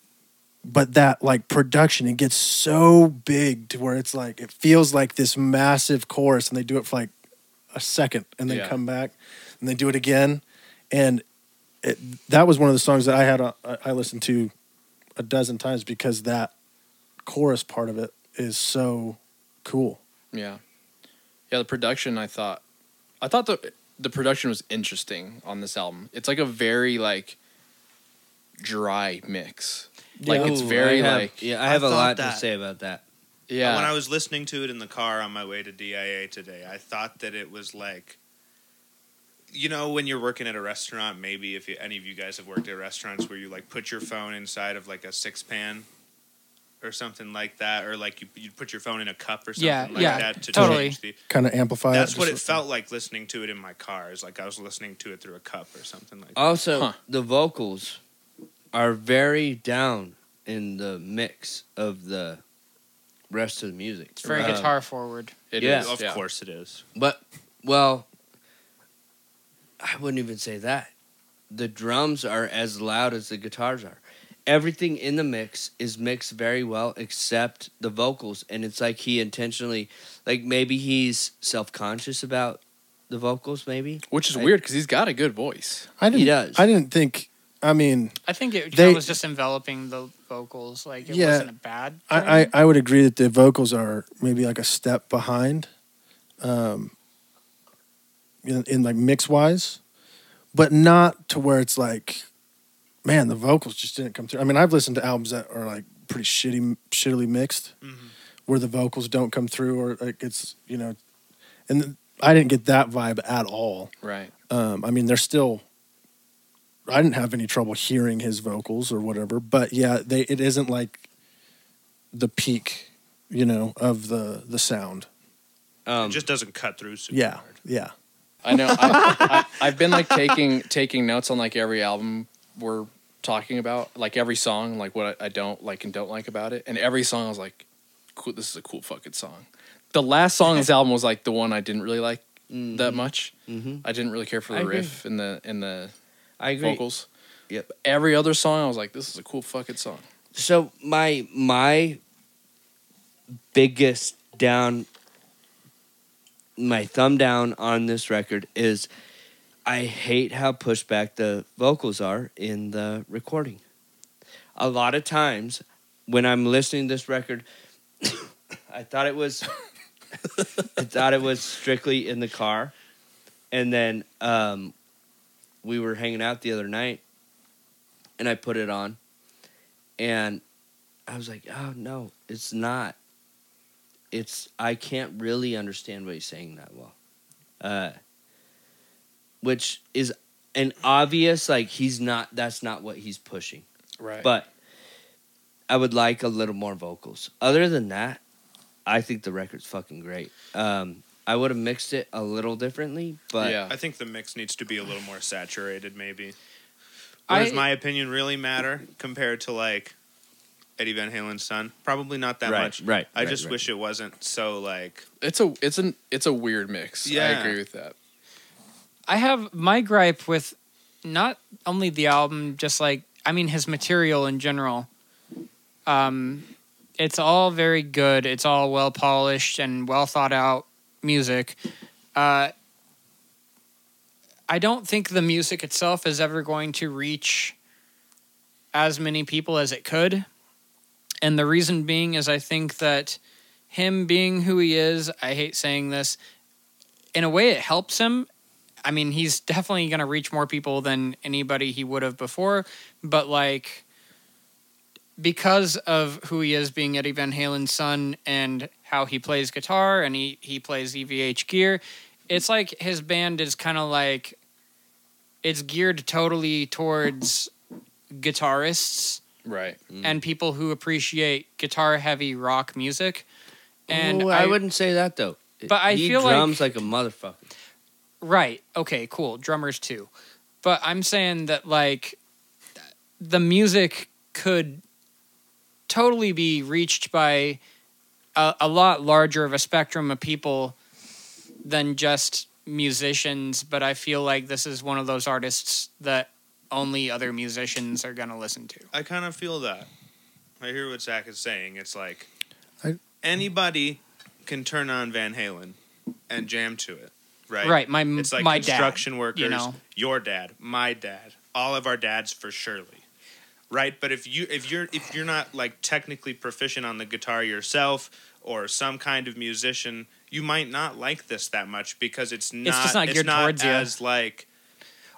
Speaker 3: but that like production it gets so big to where it's like it feels like this massive chorus and they do it for like a second and then
Speaker 6: Yeah.
Speaker 3: come back and they do it again and it, that was one of the songs that i had uh, I- i listened to a dozen times because that chorus part of it is so cool
Speaker 6: Yeah. Yeah, the production I thought I thought the the production was interesting on this album. It's like a very like dry mix. Like it's
Speaker 4: Ooh,
Speaker 6: very
Speaker 4: I have-
Speaker 6: like
Speaker 4: Yeah, I
Speaker 2: I
Speaker 4: have a
Speaker 2: thought
Speaker 4: lot
Speaker 2: that.
Speaker 4: to say about that.
Speaker 6: yeah.
Speaker 2: When I was listening to it in the car on my way to DIA today, I thought that it was like, you know, when you're working at a restaurant, maybe if you, any of you guys have worked at restaurants where you like put your phone inside of like a six pan or something like that, or like you you put your phone in a cup or something
Speaker 5: Yeah,
Speaker 2: like
Speaker 5: yeah,
Speaker 2: that to
Speaker 5: totally.
Speaker 2: change the.
Speaker 3: kind of amplified
Speaker 2: That's what it felt like listening to it in my car. Is like I was listening to it through a cup or something
Speaker 6: Oh,
Speaker 2: like. that.
Speaker 4: Also,
Speaker 6: Huh.
Speaker 4: the vocals are very down in the mix of the rest of the music.
Speaker 5: It's very
Speaker 3: Um,
Speaker 4: Uh,
Speaker 5: guitar forward.
Speaker 6: It
Speaker 4: yeah.
Speaker 6: is,
Speaker 2: of
Speaker 6: yeah.
Speaker 2: course it is.
Speaker 4: But well, I wouldn't even say that. The drums are as loud as the guitars are. Everything in the mix is mixed very well except the vocals and it's like he intentionally like maybe he's self-conscious about the vocals maybe.
Speaker 6: Which is
Speaker 4: I-
Speaker 6: weird because he's got a good voice.
Speaker 3: i didn't
Speaker 4: He does.
Speaker 3: i didn't think i mean
Speaker 5: I think it
Speaker 3: They-
Speaker 5: was just enveloping the vocals. Like it
Speaker 3: Yeah.
Speaker 5: wasn't a bad.
Speaker 3: I, I,
Speaker 5: thing.
Speaker 3: I would agree that the vocals are maybe like a step behind, um, in, in like mix wise, but not to where it's like, man, the vocals just didn't come through. I mean, I've listened to albums that are like pretty shitty, shittily mixed,
Speaker 6: Mm-hmm.
Speaker 3: where the vocals don't come through, or like it's you know, and I didn't get that vibe at all.
Speaker 6: Right.
Speaker 3: Um, I mean, they're still. I didn't have any trouble hearing his vocals or whatever, but yeah, they it isn't like the peak, you know, of the the sound.
Speaker 2: It
Speaker 4: Um
Speaker 2: just doesn't cut through super
Speaker 3: Yeah,
Speaker 2: hard.
Speaker 3: yeah,
Speaker 6: I know. I, I, I've been like taking taking notes on like every album we're talking about, like every song, like what I, I don't like and don't like about it, and every song I was like, cool. This is a cool fucking song. The last song
Speaker 4: (laughs)
Speaker 6: on this album was like the one I didn't really like that much.
Speaker 4: Mm-hmm.
Speaker 6: I didn't really care for
Speaker 4: I
Speaker 6: the
Speaker 4: agree.
Speaker 6: riff and the and the
Speaker 4: I agree.
Speaker 6: vocals.
Speaker 4: Yep.
Speaker 6: Every other song, I was like, "This is a cool fucking song."
Speaker 4: So my my biggest down my thumb down on this record is I hate how pushed back the vocals are in the recording. A lot of times when I'm listening to this record (coughs) I thought it was I thought it was strictly in the car and then um we were hanging out the other night and I put it on and I was like, "Oh no, it's not. It's I can't really understand what he's saying that well." Uh, which is an obvious like he's not. That's not what he's pushing.
Speaker 6: Right.
Speaker 4: But I would like a little more vocals. Other than that, I think the record's fucking great. Um, I would have mixed it a little differently, but
Speaker 6: yeah,
Speaker 2: I think the mix needs to be a little more saturated, maybe.
Speaker 5: I-
Speaker 2: Does my opinion really matter compared to like Eddie Van Halen's son? Probably not that
Speaker 4: right,
Speaker 2: much.
Speaker 4: right.
Speaker 2: I
Speaker 4: right,
Speaker 2: just
Speaker 4: right.
Speaker 2: wish it wasn't so like
Speaker 6: it's a it's an it's a weird mix. I
Speaker 2: Yeah.
Speaker 6: agree with that.
Speaker 5: I have my gripe with not only the album, just like I mean his material in general. Um, it's all very good. It's all well polished and well thought out music. Uh, I don't think the music itself is ever going to reach as many people as it could, and the reason being is I think that him being who he is. I hate saying this. In a way, it helps him I mean, he's definitely going to reach more people than anybody he would have before, but like because of who he is being Eddie Van Halen's son and how he plays guitar and he he plays EVH gear, it's like his band is kind of like it's geared totally towards guitarists
Speaker 6: Right.
Speaker 5: and people who appreciate guitar heavy rock music. And
Speaker 4: Ooh, I, wouldn't say that though.
Speaker 5: But I
Speaker 4: he
Speaker 5: feel like-
Speaker 4: drums like a motherfucker.
Speaker 5: Right. Okay, cool. Drummers too. But I'm saying that like the music could totally be reached by a, a lot larger of a spectrum of people than just musicians, but I feel like this is one of those artists that only other musicians are going to listen to.
Speaker 2: I kind of feel that. I hear what Zach is saying. It's like
Speaker 3: I-
Speaker 2: anybody can turn on Van Halen and jam to it, right?
Speaker 5: Right, my
Speaker 2: It's like
Speaker 5: my
Speaker 2: construction
Speaker 5: dad,
Speaker 2: workers,
Speaker 5: you know.
Speaker 2: your dad, my dad, all of our dads for surely. Right? But if you if you're if you're not like technically proficient on the guitar yourself or some kind of musician, you might not like this that much because it's not
Speaker 5: just not geared towards you.
Speaker 2: as like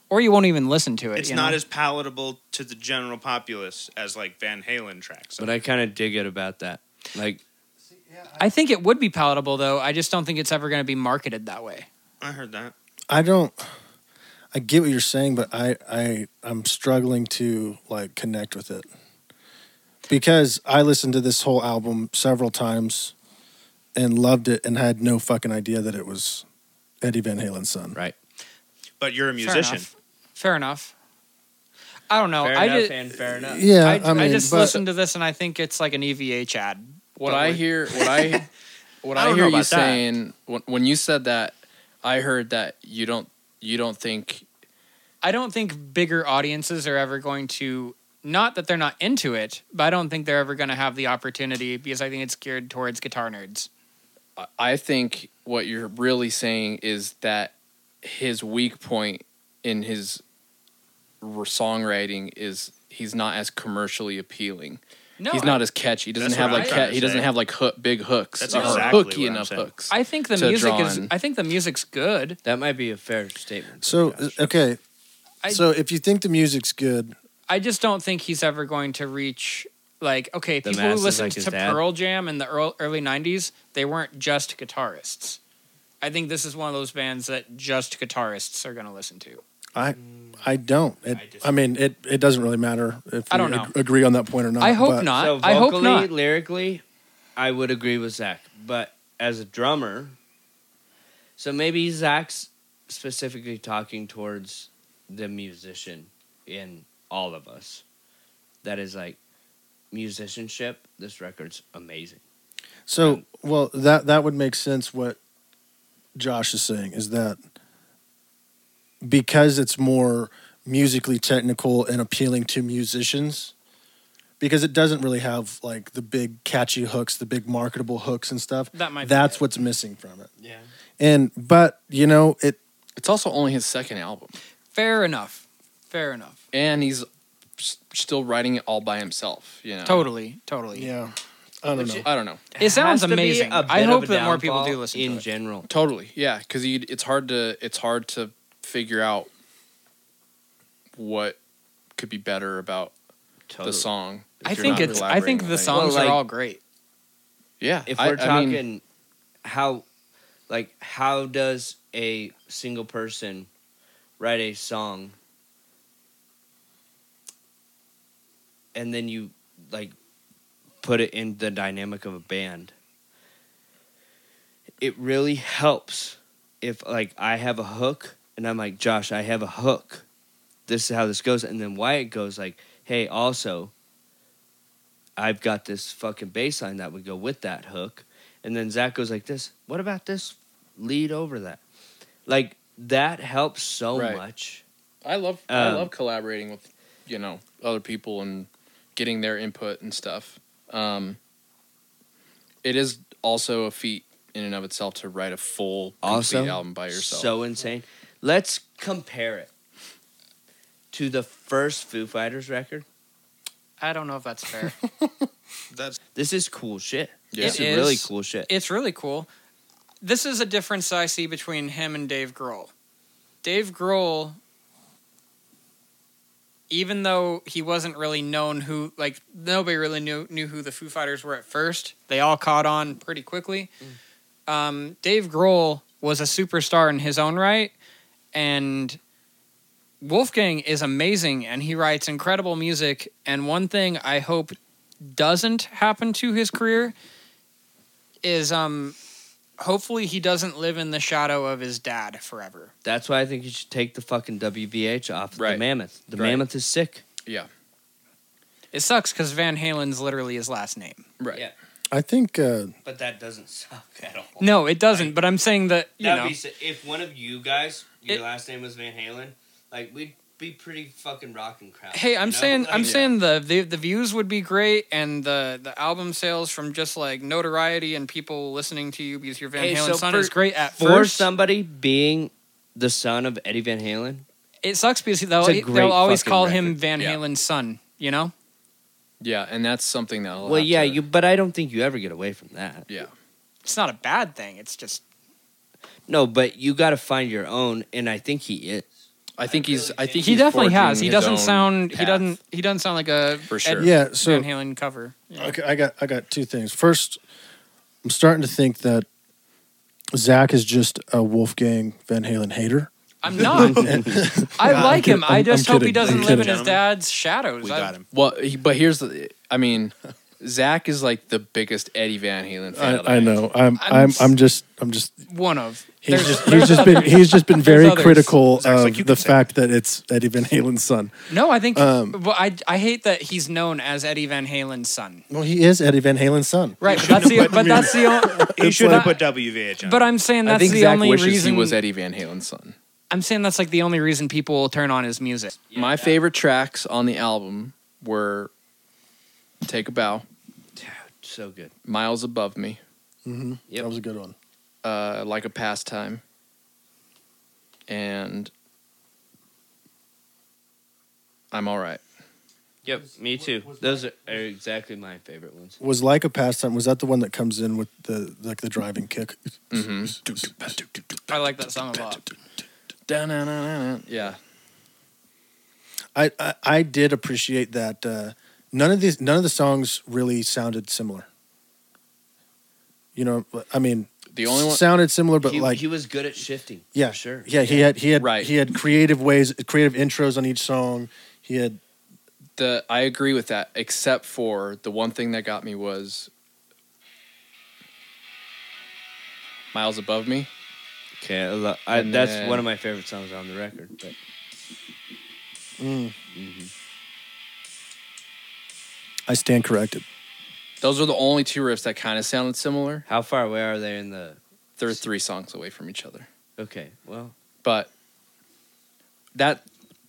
Speaker 5: Or you won't even listen to it.
Speaker 2: it's
Speaker 5: you
Speaker 2: not
Speaker 5: know?
Speaker 2: as palatable to the general populace as like Van Halen tracks.
Speaker 4: But I kind of dig it about that. Like
Speaker 5: I think it would be palatable though. I just don't think it's ever going to be marketed that way.
Speaker 2: I heard that.
Speaker 3: I don't. I get what you're saying, but I I I'm struggling to like connect with it because I listened to this whole album several times and loved it and had no fucking idea that it was Eddie Van Halen's son.
Speaker 4: right.
Speaker 2: But you're a musician.
Speaker 5: Fair enough. Fair enough. I don't know.
Speaker 4: fair
Speaker 5: I
Speaker 4: enough
Speaker 5: did,
Speaker 4: and fair enough.
Speaker 3: Yeah,
Speaker 5: I,
Speaker 3: I, mean,
Speaker 5: I just
Speaker 3: but
Speaker 5: listened to this and I think it's like an EVH ad.
Speaker 6: What
Speaker 5: But
Speaker 6: I
Speaker 5: we-
Speaker 2: (laughs)
Speaker 6: hear, what I, what
Speaker 2: I
Speaker 6: I,
Speaker 2: don't know
Speaker 6: hear you
Speaker 2: about that.
Speaker 6: saying when, when you said that, I heard that you don't you don't think
Speaker 5: I don't think bigger audiences are ever going to. Not that they're not into it, but I don't think they're ever going to have the opportunity because I think it's geared towards guitar nerds.
Speaker 6: I- I think what you're really saying is that his weak point in his r- songwriting is he's not as commercially appealing.
Speaker 5: No,
Speaker 6: he's
Speaker 5: I-
Speaker 6: not as catchy. He doesn't
Speaker 2: That's
Speaker 6: have
Speaker 2: what
Speaker 6: like
Speaker 2: I'm
Speaker 6: ca-
Speaker 2: trying
Speaker 6: he
Speaker 2: to
Speaker 6: doesn't
Speaker 2: say.
Speaker 6: have like hook, big hooks
Speaker 2: That's
Speaker 6: or
Speaker 2: exactly
Speaker 6: hooky
Speaker 2: what I'm
Speaker 6: enough
Speaker 2: saying.
Speaker 6: hooks.
Speaker 5: I think the
Speaker 6: to
Speaker 5: music
Speaker 6: draw
Speaker 5: is.
Speaker 6: on.
Speaker 5: I think the music's good.
Speaker 4: That might be a fair statement.
Speaker 3: so uh,
Speaker 4: Josh.
Speaker 3: okay.
Speaker 5: I-
Speaker 3: so if you think the music's good,
Speaker 5: I just don't think he's ever going to reach like okay,
Speaker 4: The
Speaker 5: people who
Speaker 4: masses
Speaker 5: listened
Speaker 4: like his
Speaker 5: to
Speaker 4: dad.
Speaker 5: Pearl Jam in the earl- early '90s, they weren't just guitarists. I think this is one of those bands that just guitarists are going to listen to.
Speaker 3: I I don't. It, I, mean, it it doesn't really matter if
Speaker 5: I
Speaker 3: we
Speaker 5: don't know.
Speaker 3: ag- agree on that point or not.
Speaker 5: I hope
Speaker 3: but-
Speaker 5: not.
Speaker 4: So
Speaker 5: I hope
Speaker 4: vocally,
Speaker 5: not.
Speaker 4: lyrically, I would agree with Zach. But as a drummer, so maybe Zach's specifically talking towards the musician in all of us. That is like musicianship. This record's amazing.
Speaker 3: So, well, that that would make sense. What Josh is saying is that because it's more musically technical and appealing to musicians, because it doesn't really have like the big catchy hooks, the big marketable hooks and stuff.
Speaker 5: That might be
Speaker 3: That's
Speaker 5: it.
Speaker 3: what's missing from it.
Speaker 7: Yeah.
Speaker 3: And but you know it.
Speaker 6: It's also only his second album,
Speaker 5: Fair enough. Fair enough.
Speaker 6: and he's s- still writing it all by himself. You know,
Speaker 5: Totally. Totally.
Speaker 3: Yeah, I don't
Speaker 7: Which
Speaker 5: uh,
Speaker 3: know.
Speaker 6: I don't know.
Speaker 5: It sounds
Speaker 7: has to be
Speaker 5: amazing.
Speaker 7: a
Speaker 5: I
Speaker 7: bit
Speaker 5: hope
Speaker 7: of a
Speaker 5: that more people
Speaker 7: downfall
Speaker 5: do listen
Speaker 4: in
Speaker 5: to it.
Speaker 4: general.
Speaker 6: Totally, yeah, because it's hard to it's hard to figure out what could be better about
Speaker 4: Totally.
Speaker 6: the song. if
Speaker 5: I
Speaker 6: you're
Speaker 5: think
Speaker 6: not
Speaker 5: it's. I think
Speaker 6: elaborating
Speaker 5: the
Speaker 6: on
Speaker 5: songs
Speaker 4: Well, like-
Speaker 5: are all great.
Speaker 6: it. Yeah,
Speaker 4: If
Speaker 6: I-
Speaker 4: we're
Speaker 6: I
Speaker 4: talking
Speaker 6: mean,
Speaker 4: how, like, how does a single person write a song, and then you like put it in the dynamic of a band? It really helps if like I have a hook and I'm like Josh, I have a hook. This is how this goes, and then Wyatt goes like, "Hey, also." I've got this fucking bass line that would go with that hook. And then Zach goes like this, what about this lead over that? Like that helps so
Speaker 6: Right.
Speaker 4: much.
Speaker 6: I love I
Speaker 4: Um,
Speaker 6: love collaborating with you know other people and getting their input and stuff. Um, it is also a feat in and of itself to write a full complete
Speaker 4: Also,
Speaker 6: album by yourself.
Speaker 4: So insane. Let's compare it to the first Foo Fighters record.
Speaker 5: I don't know if that's
Speaker 6: (laughs)
Speaker 5: fair.
Speaker 2: That's
Speaker 4: This is cool shit.
Speaker 6: Yeah.
Speaker 4: This
Speaker 5: It
Speaker 4: is really
Speaker 5: is.
Speaker 4: cool shit.
Speaker 5: it's really cool. This is a difference I see between him and Dave Grohl. Dave Grohl, even though he wasn't really known who, like nobody really knew knew who the Foo Fighters were at first. They all caught on pretty quickly. Um, Dave Grohl was a superstar in his own right, and Wolfgang is amazing, and he writes incredible music. And one thing I hope doesn't happen to his career is um hopefully he doesn't live in the shadow of his dad forever.
Speaker 4: That's why I think you should take the fucking WVH off the
Speaker 6: Right.
Speaker 4: mammoth. The
Speaker 6: Right.
Speaker 4: mammoth is sick.
Speaker 6: yeah,
Speaker 5: It sucks because Van Halen's literally his last name.
Speaker 6: right.
Speaker 4: Yeah.
Speaker 3: I think uh,
Speaker 4: But that doesn't suck at all.
Speaker 5: No, it doesn't. But I'm saying that you
Speaker 4: That'd
Speaker 5: know
Speaker 4: be si- if one of you guys, your
Speaker 5: It-
Speaker 4: last name was Van Halen, like we'd be pretty fucking rocking crowd.
Speaker 5: Hey, I'm
Speaker 4: you know?
Speaker 5: saying
Speaker 4: Like,
Speaker 5: I'm saying the, the the views would be great and the the album sales from just like notoriety and people listening to you because your Van
Speaker 4: Hey,
Speaker 5: Halen
Speaker 4: so
Speaker 5: son
Speaker 4: for-
Speaker 5: is great at
Speaker 4: for
Speaker 5: first.
Speaker 4: somebody being the son of Eddie Van Halen,
Speaker 5: it sucks because they'll
Speaker 4: It's a great
Speaker 5: they'll always
Speaker 4: fucking
Speaker 5: call him
Speaker 4: record.
Speaker 5: Van
Speaker 6: Yeah.
Speaker 5: Halen's son. You know,
Speaker 6: Yeah, and that's something that.
Speaker 4: well, yeah, you. But I don't think you ever get away from that.
Speaker 6: Yeah,
Speaker 5: it's not a bad thing. It's just
Speaker 4: No, but you got to find your own, and I think he is.
Speaker 6: I think he's. I think
Speaker 5: he
Speaker 6: he's
Speaker 5: definitely has.
Speaker 6: forging
Speaker 5: He
Speaker 6: his
Speaker 5: doesn't
Speaker 6: own
Speaker 5: sound. He
Speaker 6: path.
Speaker 5: doesn't. He doesn't sound like a
Speaker 6: For
Speaker 5: Ed
Speaker 6: sure.
Speaker 3: yeah. So
Speaker 5: Van Halen cover. Yeah.
Speaker 3: Okay, I got I got two things. First, I'm starting to think that Zach is just a Wolfgang Van Halen hater.
Speaker 5: I'm not. I
Speaker 3: I'm
Speaker 5: like him.
Speaker 3: kidding.
Speaker 5: I
Speaker 3: I'm-
Speaker 5: just
Speaker 3: I'm
Speaker 5: hope he
Speaker 3: kidding.
Speaker 5: doesn't
Speaker 3: I'm
Speaker 5: live in
Speaker 2: kidding.
Speaker 5: his dad's shadows.
Speaker 2: we
Speaker 5: I-
Speaker 2: got him.
Speaker 6: Well, he, but here's the. I mean, Zach is like the biggest Eddie Van Halen fan. that
Speaker 3: I, I know. I'm
Speaker 5: I'm
Speaker 3: I'm
Speaker 5: s-
Speaker 3: I'm just I'm just
Speaker 5: One of.
Speaker 3: he's
Speaker 5: There's-
Speaker 3: just
Speaker 5: (laughs)
Speaker 3: he's just been he's just been very
Speaker 5: others.
Speaker 3: critical of
Speaker 2: like, you
Speaker 3: the
Speaker 2: can say
Speaker 3: fact that it's Eddie Van Halen's son.
Speaker 5: No, I think.
Speaker 3: Um,
Speaker 5: well, I I hate that he's known as Eddie Van Halen's son.
Speaker 3: Well, he is Eddie Van Halen's son.
Speaker 5: Right, but that's
Speaker 3: (laughs)
Speaker 5: the but that's the only.
Speaker 2: He should have
Speaker 3: like-
Speaker 2: put WVH on.
Speaker 5: But I'm saying
Speaker 6: I
Speaker 5: that's
Speaker 6: think
Speaker 5: the
Speaker 6: Zach
Speaker 5: only
Speaker 6: wishes
Speaker 5: reason.
Speaker 6: he was Eddie Van Halen's son.
Speaker 5: I'm saying that's like the only reason people will turn on his music.
Speaker 6: My favorite tracks on the album were "Take a Bow,"
Speaker 4: So good.
Speaker 6: "Miles Above Me,"
Speaker 3: hmm
Speaker 4: Yep.
Speaker 3: That was a good one.
Speaker 6: uh, like a pastime. And I'm all right.
Speaker 4: Yep, me too. Those are, are exactly my favorite ones.
Speaker 3: Was like a pastime. Was that the one that comes in with the like the driving kick? (laughs)
Speaker 5: I like that song a lot.
Speaker 6: Da-na-na-na-na. Yeah.
Speaker 3: I, I I did appreciate that. Uh, none of these, none of the songs really sounded similar. You know, I mean,
Speaker 6: The only one.
Speaker 3: sounded similar, but
Speaker 4: he,
Speaker 3: like,
Speaker 4: he was good at shifting.
Speaker 3: yeah,
Speaker 4: for sure.
Speaker 3: yeah, he had he had
Speaker 6: Right.
Speaker 3: he had creative ways, creative intros on each song. He had
Speaker 6: the I agree with that, except for the one thing that got me was Miles Above Me.
Speaker 4: Okay, I lo- I,
Speaker 6: And
Speaker 4: that's
Speaker 6: then-
Speaker 4: one of my favorite songs on the record. But
Speaker 3: I stand corrected.
Speaker 6: Those are the only two riffs that kind of sounded similar.
Speaker 4: How far away are they in the?
Speaker 6: They're three songs away from each other.
Speaker 4: Okay, well,
Speaker 6: But that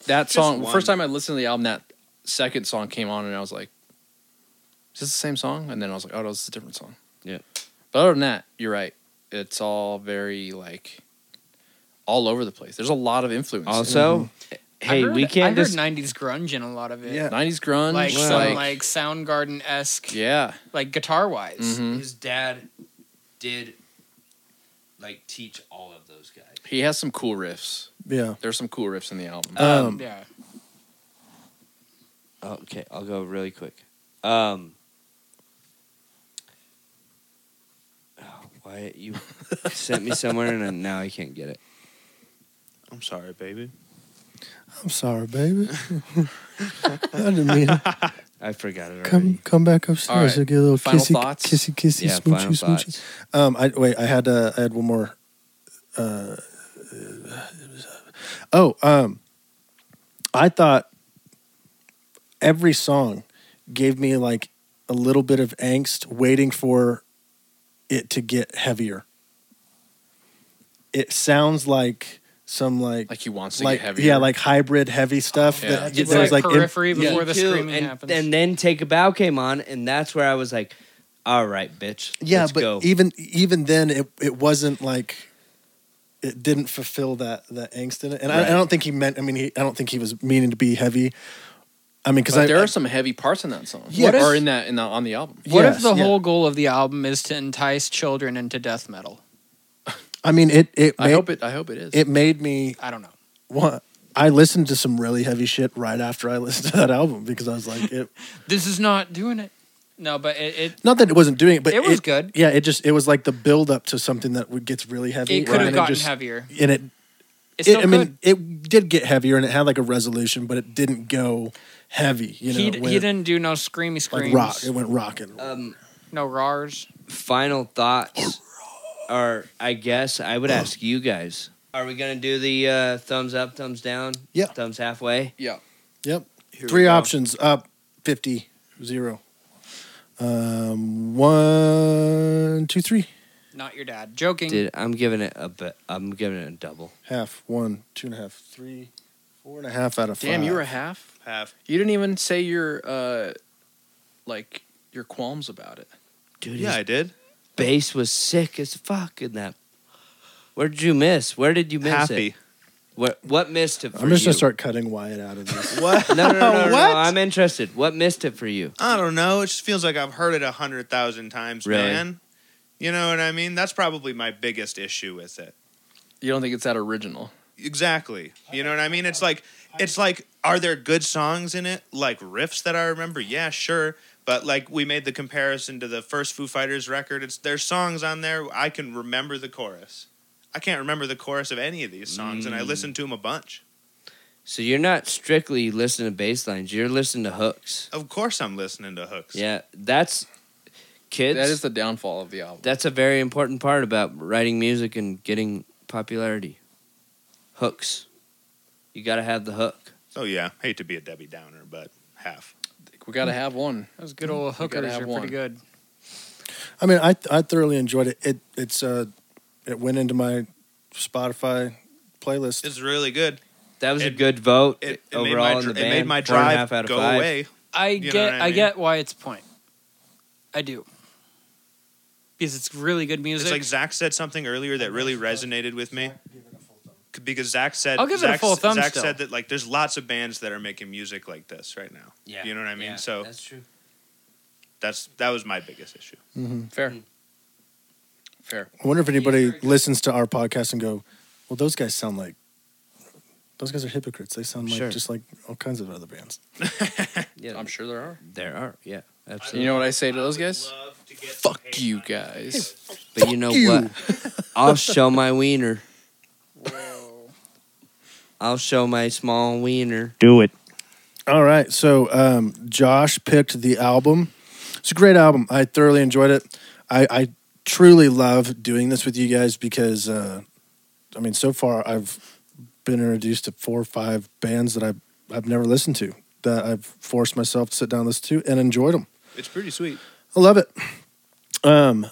Speaker 6: that
Speaker 2: Just
Speaker 6: song,
Speaker 2: one.
Speaker 6: first time I listened to the album, that second song came on, and I was like, "Is this the same song?" And then I was like, "Oh, no, this is a different song."
Speaker 4: Yeah.
Speaker 6: But other than that, you're right. It's all very like all over the place. There's a lot of influence.
Speaker 4: also, hey,
Speaker 5: I heard,
Speaker 4: we
Speaker 5: I
Speaker 4: can't
Speaker 5: heard
Speaker 4: just.
Speaker 5: 90s grunge in a lot of it.
Speaker 3: Yeah.
Speaker 6: 90s grunge,
Speaker 5: Like
Speaker 6: like,
Speaker 5: some like Soundgarden esque,
Speaker 6: yeah,
Speaker 5: like guitar wise.
Speaker 3: Mm-hmm.
Speaker 4: Hmm?
Speaker 6: mhm.
Speaker 7: His dad did like teach all of those guys.
Speaker 6: he has some cool riffs.
Speaker 3: Yeah.
Speaker 6: There's some cool riffs in the album.
Speaker 3: Um,
Speaker 5: Yeah.
Speaker 4: okay, I'll go really quick. Um, oh, why you sent me somewhere and I- now I can't get it.
Speaker 2: I'm sorry, baby.
Speaker 3: I'm sorry,
Speaker 6: (laughs)
Speaker 3: baby. I didn't mean it.
Speaker 4: I forgot it already.
Speaker 3: Come, come back
Speaker 6: All
Speaker 3: upstairs.
Speaker 6: right.
Speaker 3: I'll get a little
Speaker 6: Final
Speaker 3: kissy,
Speaker 6: thoughts?
Speaker 3: kissy, kissy,
Speaker 4: yeah,
Speaker 3: smoochy,
Speaker 4: final
Speaker 3: smoochy.
Speaker 4: thoughts.
Speaker 3: Um, I wait. I had uh, I had one more. Uh, oh, um, I thought every song gave me like a little bit of angst, waiting for it to get heavier. It sounds like some like
Speaker 6: like he wants to
Speaker 3: like-
Speaker 6: get heavier.
Speaker 3: yeah, like hybrid heavy stuff.
Speaker 6: Yeah.
Speaker 3: That,
Speaker 5: It's
Speaker 3: there's
Speaker 5: like
Speaker 3: like, in-
Speaker 5: periphery
Speaker 3: yeah.
Speaker 5: before the
Speaker 4: too,
Speaker 5: screaming
Speaker 4: and,
Speaker 5: happens.
Speaker 4: and then Take a Bow came on, and that's where I was like, all right, bitch.
Speaker 3: Yeah,
Speaker 4: let's
Speaker 3: but e-
Speaker 4: go.
Speaker 3: even even then, it it wasn't like it didn't fulfill that that angst in it. And I, I
Speaker 4: Right.
Speaker 3: don't think he meant. I mean, he, I don't think he was meaning to be heavy. I mean, because
Speaker 6: But there
Speaker 3: I,
Speaker 6: are some heavy parts in that song,
Speaker 3: Yeah, What
Speaker 6: or
Speaker 3: if-
Speaker 6: in that in the, on the album.
Speaker 5: what
Speaker 3: yes,
Speaker 5: if the
Speaker 3: yeah.
Speaker 5: whole goal of the album is to entice children into death metal?
Speaker 3: I mean, it it
Speaker 6: I
Speaker 3: made,
Speaker 6: hope it. I hope it is.
Speaker 3: it made me
Speaker 5: I don't know.
Speaker 3: want. I listened to some really heavy shit right after I (laughs) listened to that album because I was like, it,
Speaker 5: This is not doing it. No, but it, it
Speaker 3: not that it wasn't doing it, but
Speaker 5: It was good.
Speaker 3: Yeah, it just it was like the build up to something that would gets really heavy.
Speaker 5: it could
Speaker 3: and
Speaker 5: have gotten
Speaker 3: just-
Speaker 5: heavier.
Speaker 3: and it
Speaker 5: It's
Speaker 3: It,
Speaker 5: still
Speaker 3: I mean,
Speaker 5: good.
Speaker 3: it did get heavier, and it had like a resolution, but it didn't go heavy. You know,
Speaker 5: he,
Speaker 3: it
Speaker 5: he
Speaker 3: went,
Speaker 5: didn't do no screamy
Speaker 3: like
Speaker 5: screams.
Speaker 3: rock. It went rocking.
Speaker 2: Uh,
Speaker 4: um,
Speaker 5: No rars.
Speaker 4: final thoughts are, I guess, I would ask you guys. Are we gonna do the uh, thumbs up, thumbs down?
Speaker 3: Yeah.
Speaker 4: Thumbs halfway.
Speaker 6: yeah.
Speaker 3: yep.
Speaker 2: Here we
Speaker 3: Three
Speaker 2: go.
Speaker 3: options: up, 50, zero. Um, one, two, three,
Speaker 5: Not your dad. Joking.
Speaker 4: Dude, I'm giving it a bit. I'm giving it a double.
Speaker 3: half, one, two and a half, three, four and a half out of five.
Speaker 6: Damn, you were a half.
Speaker 2: Half.
Speaker 6: You didn't even say your uh, like your qualms about it.
Speaker 4: Dude,
Speaker 2: Yeah,
Speaker 4: his
Speaker 2: I did.
Speaker 4: bass was sick as fuck in that. Where did you miss? Where did you miss it?
Speaker 2: Happy.
Speaker 4: What what missed it for
Speaker 3: I'm just
Speaker 4: you?
Speaker 3: gonna start cutting Wyatt out of this.
Speaker 2: What?
Speaker 4: No, no, no, no, no, no.
Speaker 2: What?
Speaker 4: I'm interested. What missed it for you?
Speaker 2: I don't know. It just feels like I've heard it a hundred thousand times,
Speaker 4: Really?
Speaker 2: man. You know what I mean? That's probably my biggest issue with it.
Speaker 6: You don't think it's that original?
Speaker 2: Exactly. You know what I mean? It's like it's like are there good songs in it? Like riffs that I remember? Yeah, sure. But like we made the comparison to the first Foo Fighters record. It's there's songs on there I can remember the chorus. I can't remember the chorus of any of these songs and I
Speaker 4: Mm.
Speaker 2: listened to them a bunch.
Speaker 4: So you're not strictly listening to bass lines. You're listening to hooks.
Speaker 2: Of course I'm listening to hooks.
Speaker 4: Yeah, that's kids.
Speaker 6: that is the downfall of the album.
Speaker 4: that's a very important part about writing music and getting popularity. Hooks. You got to have the hook.
Speaker 2: So yeah, hate to be a Debbie Downer, but half.
Speaker 6: we got to have one.
Speaker 5: Those good old hookers
Speaker 6: have
Speaker 5: are
Speaker 6: one.
Speaker 5: pretty good.
Speaker 3: I mean, I I thoroughly enjoyed it. It it's uh, it went into my Spotify playlist.
Speaker 2: It's really good.
Speaker 4: That was a
Speaker 2: It-
Speaker 4: good vote
Speaker 2: It, it made my
Speaker 4: overall in
Speaker 2: dr-
Speaker 4: the
Speaker 2: it
Speaker 4: band.
Speaker 2: made my
Speaker 4: Four and a
Speaker 2: drive
Speaker 4: half out of
Speaker 2: go
Speaker 4: five.
Speaker 2: away.
Speaker 5: I
Speaker 2: You know
Speaker 5: get
Speaker 2: what
Speaker 5: I,
Speaker 2: I mean?
Speaker 5: get why it's point. I do. Because it's really good music.
Speaker 2: It's like Zach said something earlier that really resonated with me. Because Zach said,
Speaker 5: I'll give it a
Speaker 2: Zach,
Speaker 5: full thumb
Speaker 2: Zach
Speaker 5: still.
Speaker 2: said that like there's lots of bands that are making music like this right now.
Speaker 7: Yeah.
Speaker 2: You know what I mean?
Speaker 7: Yeah,
Speaker 2: so
Speaker 7: that's true.
Speaker 2: that's that was my biggest issue.
Speaker 6: Fair. Fair.
Speaker 3: I wonder if anybody listens to our podcast and go, "Well, those guys sound like those guys are hypocrites. They sound like
Speaker 4: Sure.
Speaker 3: just like all kinds of other bands."
Speaker 4: Yeah,
Speaker 6: I'm sure there are.
Speaker 4: there are. Yeah, absolutely.
Speaker 6: You know what I say to those guys? Fuck you guys.
Speaker 4: but you know
Speaker 3: you.
Speaker 4: what?
Speaker 6: (laughs)
Speaker 4: I'll show my wiener. I'll show my small wiener.
Speaker 2: Do it.
Speaker 3: All right, so um, Josh picked the album. It's a great album. I thoroughly enjoyed it. I, I truly love doing this with you guys because, uh, I mean, so far I've been introduced to four or five bands that I've I've never listened to that I've forced myself to sit down and listen to and enjoyed them.
Speaker 2: It's pretty sweet.
Speaker 3: I love it. Um,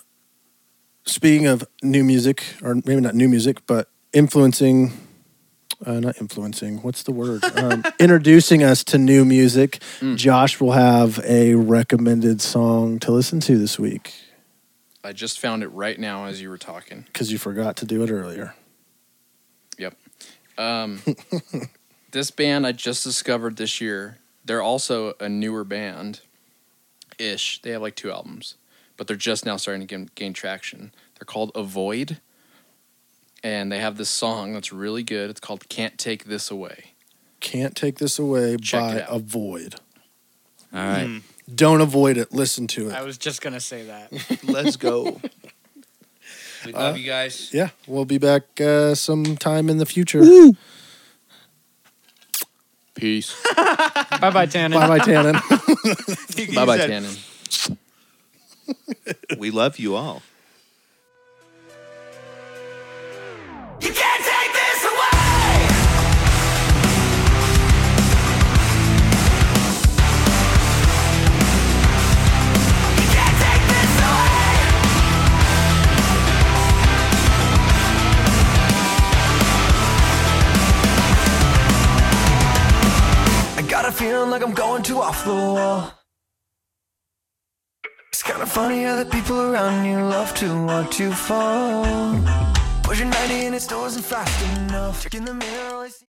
Speaker 3: speaking of new music, or maybe not new music, but influencing, uh, not influencing, what's the word?
Speaker 6: (laughs)
Speaker 3: Um, introducing us to new music.
Speaker 6: Mm.
Speaker 3: Josh will have a recommended song to listen to this week
Speaker 6: I just found it right now as you were talking.
Speaker 3: because you forgot to do it earlier.
Speaker 6: Um, this band I just discovered this year. They're also a newer band, ish. They have like two albums, but they're just now starting to gain, gain traction. They're called Avoid, and they have this song that's really good. It's called "Can't Take This Away."
Speaker 3: Can't take this away
Speaker 6: Check
Speaker 3: by
Speaker 6: it out.
Speaker 3: avoid.
Speaker 4: All right.
Speaker 2: Mm.
Speaker 3: Don't avoid it. Listen to it.
Speaker 5: I was just gonna say that. (laughs)
Speaker 2: Let's go. Uh,
Speaker 7: We love you guys.
Speaker 3: yeah, we'll be back uh, sometime in the future.
Speaker 6: Peace.
Speaker 5: bye bye, Tannen.
Speaker 3: Bye, bye,
Speaker 6: (laughs)
Speaker 3: Tannen.
Speaker 6: bye, bye, Tannen.
Speaker 2: We love you all.
Speaker 8: You can't take this away! You can't take this away! I got a feeling like I'm going too off the wall. It's kinda funny how the people around you love to watch you fall. Pushing 90 and it's still isn't fast enough. Checking the mirror, I see.